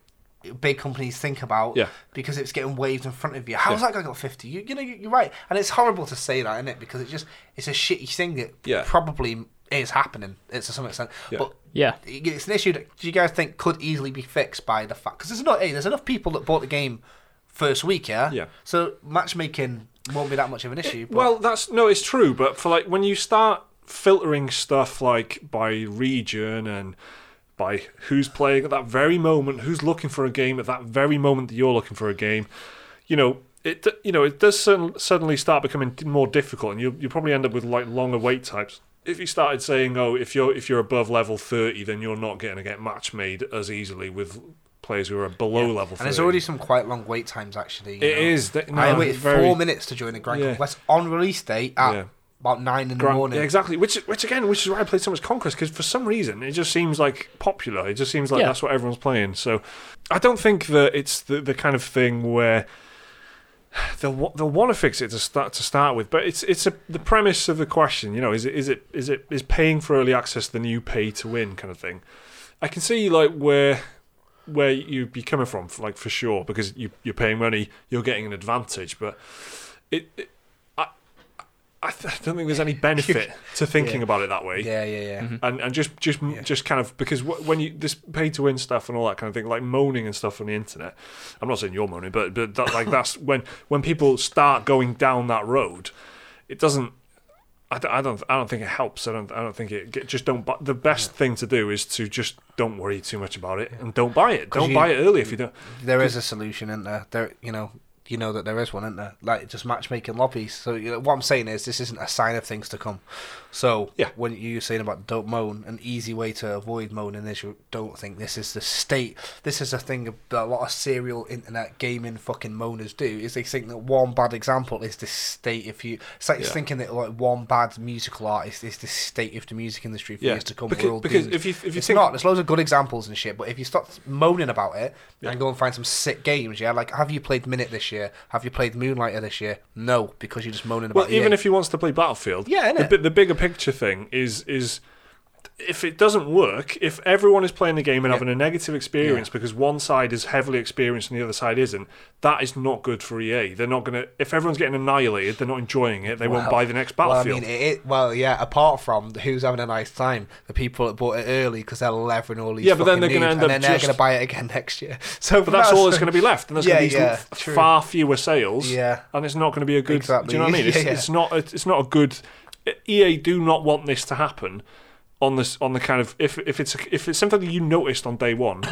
Speaker 3: big companies think about
Speaker 1: Yeah.
Speaker 3: because it's getting waved in front of you. How's that guy got fifty? You, you know, you- you're right, and it's horrible to say that, isn't it? Because it's just it's a shitty thing that
Speaker 1: Yeah.
Speaker 3: probably is happening. It's to some extent, but
Speaker 2: Yeah.
Speaker 3: it's an issue that do you guys think could easily be fixed by the fact because there's not hey, there's enough people that bought the game first week, yeah.
Speaker 1: Yeah.
Speaker 3: So matchmaking won't be that much of an issue. But
Speaker 1: Well, that's no, it's true, but for like when you start filtering stuff like by region and by who's playing at that very moment, who's looking for a game at that very moment that you're looking for a game, you know, it you know it does sudden- suddenly start becoming more difficult, and you you probably end up with like longer wait types. If you started saying, oh, if you're if you're above level thirty, then you're not going to get match made as easily with players who are below level. 30.
Speaker 3: and there's already some quite long wait times actually. you
Speaker 1: It
Speaker 3: know.
Speaker 1: is, th- no,
Speaker 3: I waited
Speaker 1: very-
Speaker 3: four minutes to join a Grand
Speaker 1: Yeah.
Speaker 3: Conquest on release day at
Speaker 1: Yeah.
Speaker 3: about nine in
Speaker 1: Grand-
Speaker 3: the morning.
Speaker 1: Yeah, exactly. Which, which again, which is why I played so much Conquest because for some reason it just seems like popular. It just seems like
Speaker 2: Yeah.
Speaker 1: that's what everyone's playing. So I don't think that it's the, the kind of thing where *sighs* they'll wa- they'll want to fix it to start to start with. But it's it's a, the premise of the question. You know, is it is it is it is paying for early access the new pay to win kind of thing? I can see like where where you'd be coming from, like for sure, because you you're paying money, you're getting an advantage, but it. it I I th- I don't think there's any benefit to thinking about it that way
Speaker 3: Yeah, yeah, yeah.
Speaker 1: and and just just just kind of because wh- when you this pay to win stuff and all that kind of thing, like moaning and stuff on the internet. I'm not saying you're moaning, but but that, like
Speaker 3: *laughs*
Speaker 1: that's when when people start going down that road, it doesn't. I don't, I don't. I don't think it helps. I don't. I don't think it. get- Just don't. bu- The best thing to do is to just don't worry too much about it and don't buy it. Don't
Speaker 3: you-
Speaker 1: buy it early if you don't.
Speaker 3: There is a solution, isn't there? There, you know, you know that there is one, isn't there? Like just matchmaking lobbies. So you know, what I'm saying is, this isn't a sign of things to come. So
Speaker 1: Yeah.
Speaker 3: when you're saying about don't moan, an easy way to avoid moaning is you don't think this is the state. This is a thing that a lot of serial internet gaming fucking moaners do. Is they think that one bad example is the state. If you, it's like it's
Speaker 1: Yeah.
Speaker 3: thinking that like one bad musical artist is the state of the music industry for
Speaker 1: Yeah.
Speaker 3: years to come.
Speaker 1: Because-
Speaker 3: We're all
Speaker 1: because
Speaker 3: doomed.
Speaker 1: if you- if you
Speaker 3: it's
Speaker 1: think-
Speaker 3: not, there's loads of good examples and shit. But if you stop moaning about it
Speaker 1: Yeah.
Speaker 3: and go and find some sick games, yeah, like have you played Minute this year? Have you played Moonlighter this year? No, because you're just moaning
Speaker 1: Well,
Speaker 3: about.
Speaker 1: even
Speaker 3: EA.
Speaker 1: if he wants to play Battlefield,
Speaker 3: Yeah,
Speaker 1: the,
Speaker 3: innit?
Speaker 1: bi- the bigger picture thing is is if it doesn't work, if everyone is playing the game and
Speaker 3: Yeah.
Speaker 1: having a negative experience because one side is heavily experienced and the other side isn't, that is not good for EA. They're not gonna. If everyone's getting annihilated, they're not enjoying it. They won't
Speaker 3: Well-
Speaker 1: buy the next
Speaker 3: Well, I
Speaker 1: Battlefield.
Speaker 3: mean, it, it, well, yeah. Apart from the who's having a nice time, the people that bought it early because they're levering all these.
Speaker 1: Yeah, but then they're
Speaker 3: fucking
Speaker 1: gonna end
Speaker 3: nudes, and
Speaker 1: up
Speaker 3: then they're
Speaker 1: just-
Speaker 3: going to buy it again *laughs* next year. So,
Speaker 1: but
Speaker 3: *laughs*
Speaker 1: that's all that's going to be left, and there's
Speaker 3: Yeah,
Speaker 1: going to be
Speaker 3: yeah,
Speaker 1: f-
Speaker 3: true.
Speaker 1: far fewer sales.
Speaker 3: *laughs* Yeah.
Speaker 1: and it's not going to be a good. Do
Speaker 3: Exactly.
Speaker 1: you know what I
Speaker 3: *laughs*
Speaker 1: mean? It's,
Speaker 3: Yeah, yeah.
Speaker 1: it's not. A, it's not a good. EA do not want this to happen on this on the kind of if if it's if it's something that you noticed on day
Speaker 3: *coughs*
Speaker 1: one,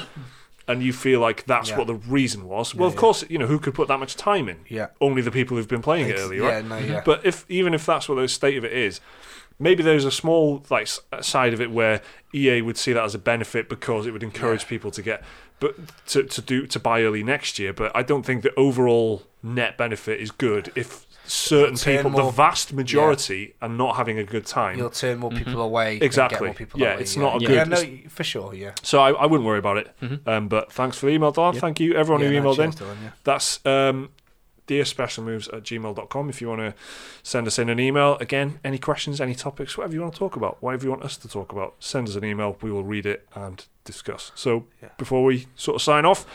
Speaker 1: and you feel like that's
Speaker 3: Yeah.
Speaker 1: what the reason was. Well,
Speaker 3: Yeah,
Speaker 1: of
Speaker 3: yeah.
Speaker 1: course, you know who could put that much time in.
Speaker 3: Yeah.
Speaker 1: only the people who've been playing it
Speaker 3: It's-
Speaker 1: earlier.
Speaker 3: yeah,
Speaker 1: right?
Speaker 3: no, yeah.
Speaker 1: *laughs* But if even if that's what the state of it is, maybe there's a small like s- side of it where EA would see that as a benefit because it would encourage people to get but to, to do to buy early next year. But I don't think the overall net benefit is good if certain
Speaker 3: Turn
Speaker 1: people, the
Speaker 3: more-
Speaker 1: vast majority, are not having a good time.
Speaker 3: You'll turn more people away. and get
Speaker 1: Mm-hmm. Exactly.
Speaker 3: more people
Speaker 1: Yeah,
Speaker 3: away,
Speaker 1: it's not a
Speaker 3: yeah.
Speaker 1: good-
Speaker 3: Yeah, no, y- for sure. Yeah.
Speaker 1: so I, I wouldn't worry about it. Um, but thanks for the email, Dylan. Thank you, everyone
Speaker 3: Mm-hmm. Yeah,
Speaker 1: who
Speaker 3: no,
Speaker 1: emailed in.
Speaker 3: cheers, Dylan, yeah.
Speaker 1: That's um, dear special moves at gmail.com if you want to send us in an email. Again, any questions, any topics, whatever you want to talk about, whatever you want us to talk about, send us an email. We will read it and discuss. So
Speaker 3: Yeah.
Speaker 1: before we sort of sign off,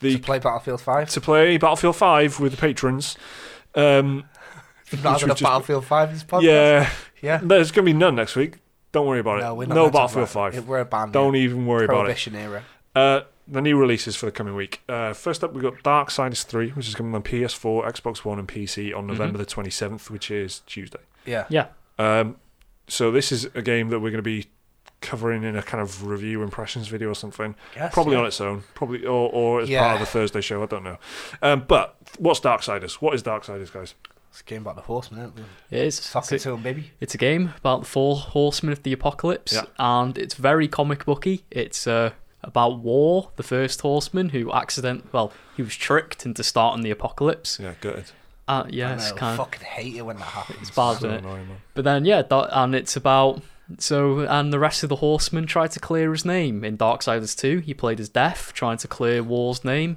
Speaker 1: the
Speaker 3: To play Battlefield Five.
Speaker 1: to play Battlefield 5 with the patrons. Um,
Speaker 3: Not
Speaker 1: we've
Speaker 3: having a
Speaker 1: just-
Speaker 3: Battlefield Five in this podcast.
Speaker 1: yeah,
Speaker 3: Yeah.
Speaker 1: there's going to be none next week. Don't worry about
Speaker 3: No,
Speaker 1: it.
Speaker 3: we're not.
Speaker 1: no
Speaker 3: meant to
Speaker 1: Battlefield
Speaker 3: play.
Speaker 1: 5.
Speaker 3: We're a band.
Speaker 1: Don't
Speaker 3: yeah.
Speaker 1: even worry about it.
Speaker 3: Prohibition era.
Speaker 1: Uh, the new releases for the coming week. Uh, first up, we've got Dark Siders 3, which is coming on PS4, Xbox One, and PC on November the 27th, which is Tuesday.
Speaker 3: Yeah.
Speaker 2: Yeah.
Speaker 1: Um, so, this is a game that we're going to be covering in a kind of review impressions video or something.
Speaker 3: Yes,
Speaker 1: probably
Speaker 3: yeah.
Speaker 1: on its own, probably or, or as
Speaker 3: Yeah.
Speaker 1: part of the Thursday show. I don't know. Um, but what's Darksiders? What is Darksiders, guys?
Speaker 3: It's a game about the horseman, isn't it?
Speaker 2: It is.
Speaker 3: Sock it
Speaker 2: It's a,
Speaker 3: to him, baby.
Speaker 2: it's a game about the four horsemen of the apocalypse,
Speaker 1: Yeah.
Speaker 2: and it's very comic booky. It's uh, about war, the first horseman who accident well, he was tricked into starting the apocalypse.
Speaker 1: Yeah, gutted.
Speaker 2: Uh,
Speaker 3: I
Speaker 2: yeah, it's
Speaker 3: know,
Speaker 2: kind of
Speaker 3: fucking hate it when that happens.
Speaker 2: it's bad,
Speaker 1: So
Speaker 2: isn't it?
Speaker 1: annoying, man.
Speaker 2: But then yeah, that, and it's about so and the rest of the horsemen tried to clear his name in Darksiders 2. He played as Death, trying to clear War's name.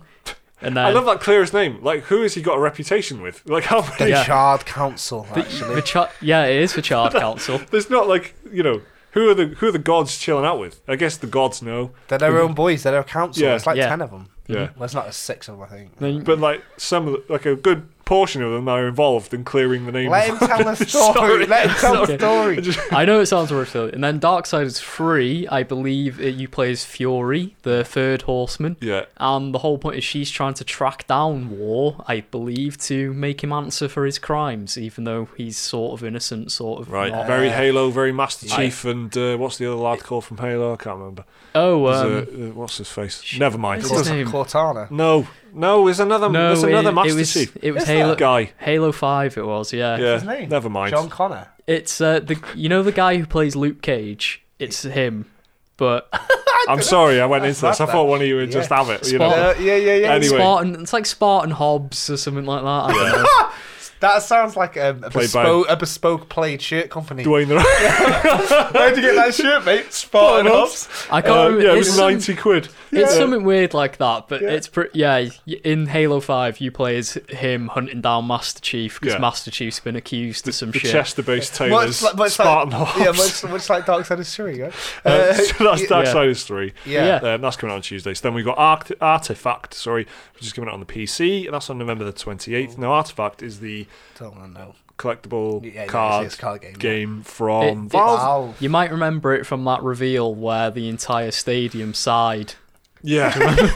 Speaker 2: And then
Speaker 1: I love that clearest name. Like, who has he got a reputation with? Like, how
Speaker 3: The
Speaker 1: many?
Speaker 2: Yeah.
Speaker 3: Shard Council, actually.
Speaker 2: the cha- yeah, it is for Chard Council.
Speaker 1: There's not like you know who are the who are the gods chilling out with? I guess the gods know.
Speaker 3: They're their own boys. They're their council.
Speaker 1: Yeah.
Speaker 3: It's like
Speaker 2: Yeah.
Speaker 3: ten of them.
Speaker 1: Yeah.
Speaker 3: Well, it's not. There's six of them, I think.
Speaker 2: Then-
Speaker 1: But like some of the, like a good portion of them are involved in clearing the name.
Speaker 3: Let him tell the story.
Speaker 1: Sorry.
Speaker 3: Let him tell
Speaker 2: Sorry.
Speaker 3: the story.
Speaker 2: I know it sounds rough though. And then Darksiders 3, I believe it, you play as Fury, the third horseman.
Speaker 1: yeah.
Speaker 2: And the whole point is she's trying to track down War, I believe, to make him answer for his crimes, even though he's sort of innocent, sort of
Speaker 1: Right.
Speaker 2: not.
Speaker 1: very Halo, very Master Chief, and uh, what's the other lad called from Halo? I can't remember.
Speaker 2: Oh,
Speaker 1: There's
Speaker 2: um,
Speaker 1: a- uh, what's his face? Never mind.
Speaker 2: What's
Speaker 1: It
Speaker 2: his
Speaker 1: doesn't-
Speaker 2: name?
Speaker 3: Cortana.
Speaker 1: No, no, there's another.
Speaker 2: no,
Speaker 1: there's another
Speaker 2: it,
Speaker 1: Master
Speaker 2: it was,
Speaker 1: Chief.
Speaker 2: It was
Speaker 3: Is
Speaker 2: Halo.
Speaker 1: That guy.
Speaker 2: Halo Five, it was, yeah.
Speaker 1: Yeah.
Speaker 3: His name?
Speaker 1: Never mind.
Speaker 3: John Connor.
Speaker 2: It's uh, the you know the guy who plays Luke Cage. It's him, but *laughs*
Speaker 1: I'm sorry, I went into this. I
Speaker 3: that.
Speaker 1: thought one of you would
Speaker 3: Yeah.
Speaker 1: just have it. You
Speaker 2: Spot-
Speaker 1: know.
Speaker 3: Uh, yeah, yeah, yeah.
Speaker 1: Anyway.
Speaker 2: Spartan. It's like Spartan Hobbs or something like that. I don't know.
Speaker 3: That sounds like a, a,
Speaker 1: by-
Speaker 3: bespoke, a bespoke played shirt company.
Speaker 1: Dwayne the Rock.
Speaker 3: Where'd you get that shirt, mate? *laughs* Spartan Ops.
Speaker 2: I can't.
Speaker 1: Uh,
Speaker 2: remember.
Speaker 1: yeah, it
Speaker 2: it's
Speaker 1: was
Speaker 2: some-
Speaker 1: ninety quid.
Speaker 2: It's
Speaker 1: Yeah.
Speaker 2: something weird like that, but it's pretty. Yeah, y- in Halo Five, you play as him hunting down Master Chief because
Speaker 1: Yeah.
Speaker 2: Master Chief's been accused of some
Speaker 1: The
Speaker 2: shit.
Speaker 1: Chester-based tailors,
Speaker 3: Much like, much
Speaker 1: Spartan
Speaker 3: like,
Speaker 1: Hobbs.
Speaker 3: Yeah, much, much like Dark Side of Surrey, right?
Speaker 1: Uh, *laughs*
Speaker 3: Uh,
Speaker 1: so that's
Speaker 3: yeah.
Speaker 1: Darksiders 3.
Speaker 3: *laughs* Yeah.
Speaker 1: *laughs*
Speaker 2: Yeah.
Speaker 1: Um, that's coming out on Tuesdays. Then we've got Arct- Artifact, sorry, which is coming out on the PC. and That's on November the 28th. Now, Artifact is the
Speaker 3: Don't wanna know.
Speaker 1: collectible
Speaker 3: Oh. Yeah, yeah,
Speaker 1: card,
Speaker 3: it's a card game, yeah.
Speaker 1: game from
Speaker 2: It- it- *laughs*
Speaker 1: Valve.
Speaker 3: Wow.
Speaker 2: You might remember it from that reveal where the entire stadium sighed.
Speaker 1: Yeah. *laughs*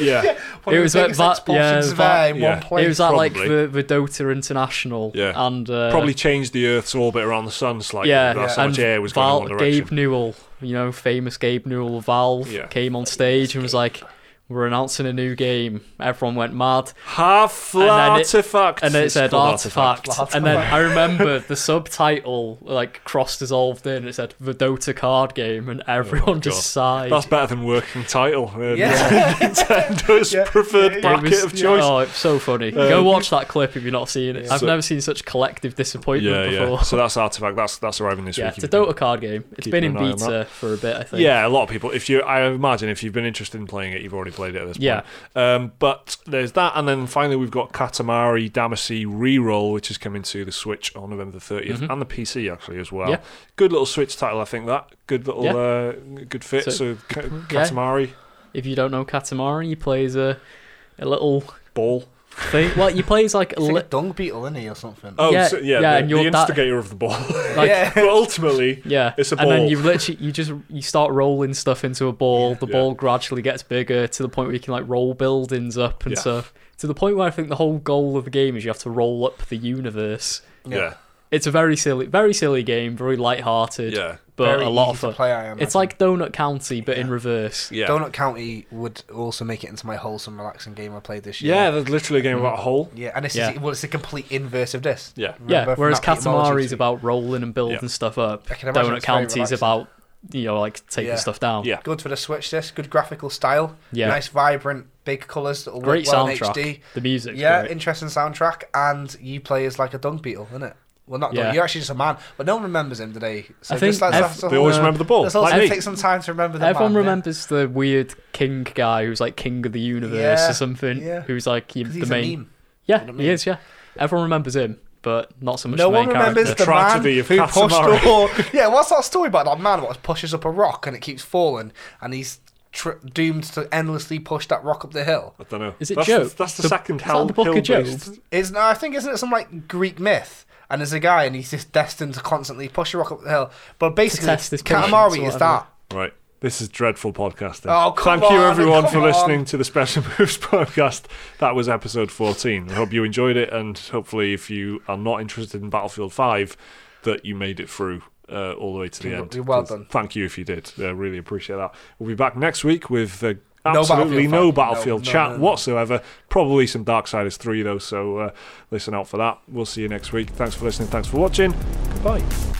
Speaker 1: yeah.
Speaker 3: One of
Speaker 2: It
Speaker 3: the
Speaker 2: was like
Speaker 3: biggest
Speaker 2: that-
Speaker 3: expulsions
Speaker 2: yeah,
Speaker 3: of air
Speaker 2: that-
Speaker 3: in
Speaker 1: yeah.
Speaker 3: one place.
Speaker 2: it was at like
Speaker 1: probably.
Speaker 2: the, the Dota International.
Speaker 1: Yeah.
Speaker 2: and *laughs* uh,
Speaker 1: Probably changed the Earth's orbit around the sun slightly.
Speaker 2: yeah,
Speaker 1: That's how
Speaker 2: and
Speaker 1: much air was
Speaker 2: Val-
Speaker 1: going in one
Speaker 2: Gabe
Speaker 1: direction.
Speaker 2: Newell, you know, famous Gabe Newell, of Valve
Speaker 1: Yeah.
Speaker 2: came on stage and was like, we're announcing a new game. Everyone went mad.
Speaker 1: Half
Speaker 2: then it-
Speaker 1: artifact.
Speaker 2: And it said
Speaker 1: called
Speaker 2: artifact. And then I remember the subtitle like cross dissolved in. It said the Dota card game, and
Speaker 1: Oh,
Speaker 2: everyone just sighed.
Speaker 1: That's better than working title. uh,
Speaker 3: Yeah.
Speaker 1: *laughs* Nintendo's
Speaker 3: Yeah.
Speaker 1: preferred
Speaker 3: It
Speaker 1: bracket
Speaker 2: was-
Speaker 1: of choice. Um,
Speaker 2: Oh, it's so funny. Go watch that clip if you've not seen it. I've
Speaker 1: So-
Speaker 2: never seen such collective disappointment
Speaker 1: Yeah,
Speaker 2: before.
Speaker 1: yeah. So that's artifact. That's that's arriving this
Speaker 2: Yeah,
Speaker 1: week.
Speaker 2: it's a
Speaker 1: if you
Speaker 2: Dota card game. It's
Speaker 1: keep
Speaker 2: been
Speaker 1: an
Speaker 2: in
Speaker 1: eye on
Speaker 2: beta for a bit, I think.
Speaker 1: Yeah, a lot of people. If you, I imagine, if you've been interested in playing it, you've already played it at this point.
Speaker 2: Yeah.
Speaker 1: Um, but there's that, and then finally we've got Katamari Damacy Reroll, which is coming to the Switch on November 30th
Speaker 2: Mhm.
Speaker 1: and the PC actually as well.
Speaker 2: Yeah.
Speaker 1: Good little Switch title, I think that. Good little,
Speaker 2: Yeah.
Speaker 1: uh, good fit. So,
Speaker 2: So-
Speaker 1: Ka-
Speaker 2: yeah.
Speaker 1: Katamari
Speaker 2: If you don't know Katamari, he plays a
Speaker 1: *laughs*
Speaker 2: a little
Speaker 1: ball.
Speaker 2: thing. Well, he plays like a
Speaker 3: It's like
Speaker 2: li-
Speaker 3: a dung beetle, isn't he, or something?
Speaker 1: Oh,
Speaker 2: Yeah,
Speaker 1: so- yeah,
Speaker 2: yeah,
Speaker 1: the,
Speaker 2: and you're
Speaker 1: the
Speaker 2: that-
Speaker 1: instigator of the
Speaker 2: *laughs*
Speaker 1: ball. *laughs*
Speaker 2: like-
Speaker 3: yeah.
Speaker 1: but ultimately,
Speaker 2: yeah.
Speaker 1: It's a
Speaker 2: And
Speaker 1: ball.
Speaker 2: then you literally you just you start rolling stuff into a ball. The
Speaker 1: Yeah.
Speaker 2: ball gradually gets bigger to the point where you can like roll buildings up and
Speaker 1: Yeah.
Speaker 2: stuff. To the point where I think the whole goal of the game is you have to roll up the universe.
Speaker 1: yeah, yeah,
Speaker 2: It's a very silly, very silly game, very light-hearted, but
Speaker 3: Very
Speaker 2: a lot
Speaker 3: easy
Speaker 2: of
Speaker 3: to
Speaker 2: fun.
Speaker 3: play, I
Speaker 2: It's
Speaker 3: imagine.
Speaker 2: like Donut County, but in
Speaker 3: Yeah.
Speaker 2: reverse.
Speaker 1: yeah.
Speaker 3: Donut County would also make it into my wholesome, relaxing game I played this year.
Speaker 1: yeah, there's literally a game about a hole.
Speaker 3: yeah, and this
Speaker 2: Yeah.
Speaker 3: is well, it's the complete inverse of this.
Speaker 1: Yeah.
Speaker 2: yeah,
Speaker 3: Remember from
Speaker 2: whereas
Speaker 3: that Etymology
Speaker 2: Katamari's
Speaker 3: tweet?
Speaker 2: about rolling and building
Speaker 1: Yeah.
Speaker 2: stuff up.
Speaker 3: I can imagine
Speaker 2: Donut
Speaker 3: it's very
Speaker 2: County's
Speaker 3: relaxing.
Speaker 2: about you know like taking
Speaker 3: Yeah.
Speaker 2: stuff down.
Speaker 1: Yeah.
Speaker 3: Good for the Switch. This good graphical style.
Speaker 2: Yeah.
Speaker 3: nice, vibrant, big colours. That'll
Speaker 2: Great
Speaker 3: work well in
Speaker 2: soundtrack.
Speaker 3: HD.
Speaker 2: The music.
Speaker 3: yeah,
Speaker 2: great.
Speaker 3: interesting soundtrack, and you play as like a dung beetle, isn't it? Well, not dung.
Speaker 2: Yeah.
Speaker 3: You're actually just a man, but no one remembers him today. So
Speaker 2: I think
Speaker 3: just let's,
Speaker 2: ev-
Speaker 3: let's,
Speaker 1: They always
Speaker 3: uh,
Speaker 1: remember the ball.
Speaker 3: Let's also
Speaker 1: Like me.
Speaker 3: take some time to remember the
Speaker 2: Everyone
Speaker 3: man, yeah.
Speaker 2: remembers the weird king guy who's like king of the universe
Speaker 3: Yeah,
Speaker 2: or something.
Speaker 3: yeah.
Speaker 2: Who's like you-
Speaker 3: 'Cause
Speaker 2: the
Speaker 3: he's a
Speaker 2: main.
Speaker 3: meme.
Speaker 2: Yeah,
Speaker 3: know what I
Speaker 2: he
Speaker 3: mean?
Speaker 2: is. Yeah, everyone remembers him, but not so much the
Speaker 3: No one
Speaker 2: main
Speaker 3: remembers
Speaker 2: character.
Speaker 3: the man
Speaker 1: Tragedy
Speaker 3: who
Speaker 1: of
Speaker 3: pushed
Speaker 1: Katamari.
Speaker 3: a wall. *laughs* Yeah, what's that story about that man what pushes up a rock and it keeps falling and he's tr- doomed to endlessly push that rock up the hill?
Speaker 1: I don't know.
Speaker 2: Is it
Speaker 1: that's,
Speaker 2: Job?
Speaker 1: The, that's the
Speaker 2: The-
Speaker 1: second
Speaker 2: is that
Speaker 1: hell.
Speaker 2: the Book of
Speaker 1: hill-based-
Speaker 2: Job?
Speaker 3: Is no, I think isn't it some like Greek myth? And there's a guy and he's just destined to constantly push a rock up the hill. But basically,
Speaker 2: test his patience
Speaker 3: Katamari
Speaker 2: or
Speaker 3: is
Speaker 2: whatever.
Speaker 3: that.
Speaker 1: Right. This is dreadful podcasting.
Speaker 3: Oh, come
Speaker 1: Thank you,
Speaker 3: on,
Speaker 1: everyone,
Speaker 3: come
Speaker 1: for
Speaker 3: on.
Speaker 1: listening to the Special *laughs* Moves podcast. That was episode 14. I hope you enjoyed it, and hopefully, if you are not interested in Battlefield 5, that you made it through uh, all the way to the
Speaker 3: You're-
Speaker 1: end.
Speaker 3: you're well
Speaker 1: 'Cause
Speaker 3: done.
Speaker 1: Thank you if you did. I really appreciate that. We'll be back next week with. Uh,
Speaker 3: No
Speaker 1: Absolutely
Speaker 3: Battlefield
Speaker 1: no
Speaker 3: 5.
Speaker 1: battlefield
Speaker 3: No, no,
Speaker 1: chat
Speaker 3: no, no.
Speaker 1: whatsoever. Probably some Darksiders 3, though, so uh, listen out for that. We'll see you next week. Thanks for listening. Thanks for watching. Goodbye.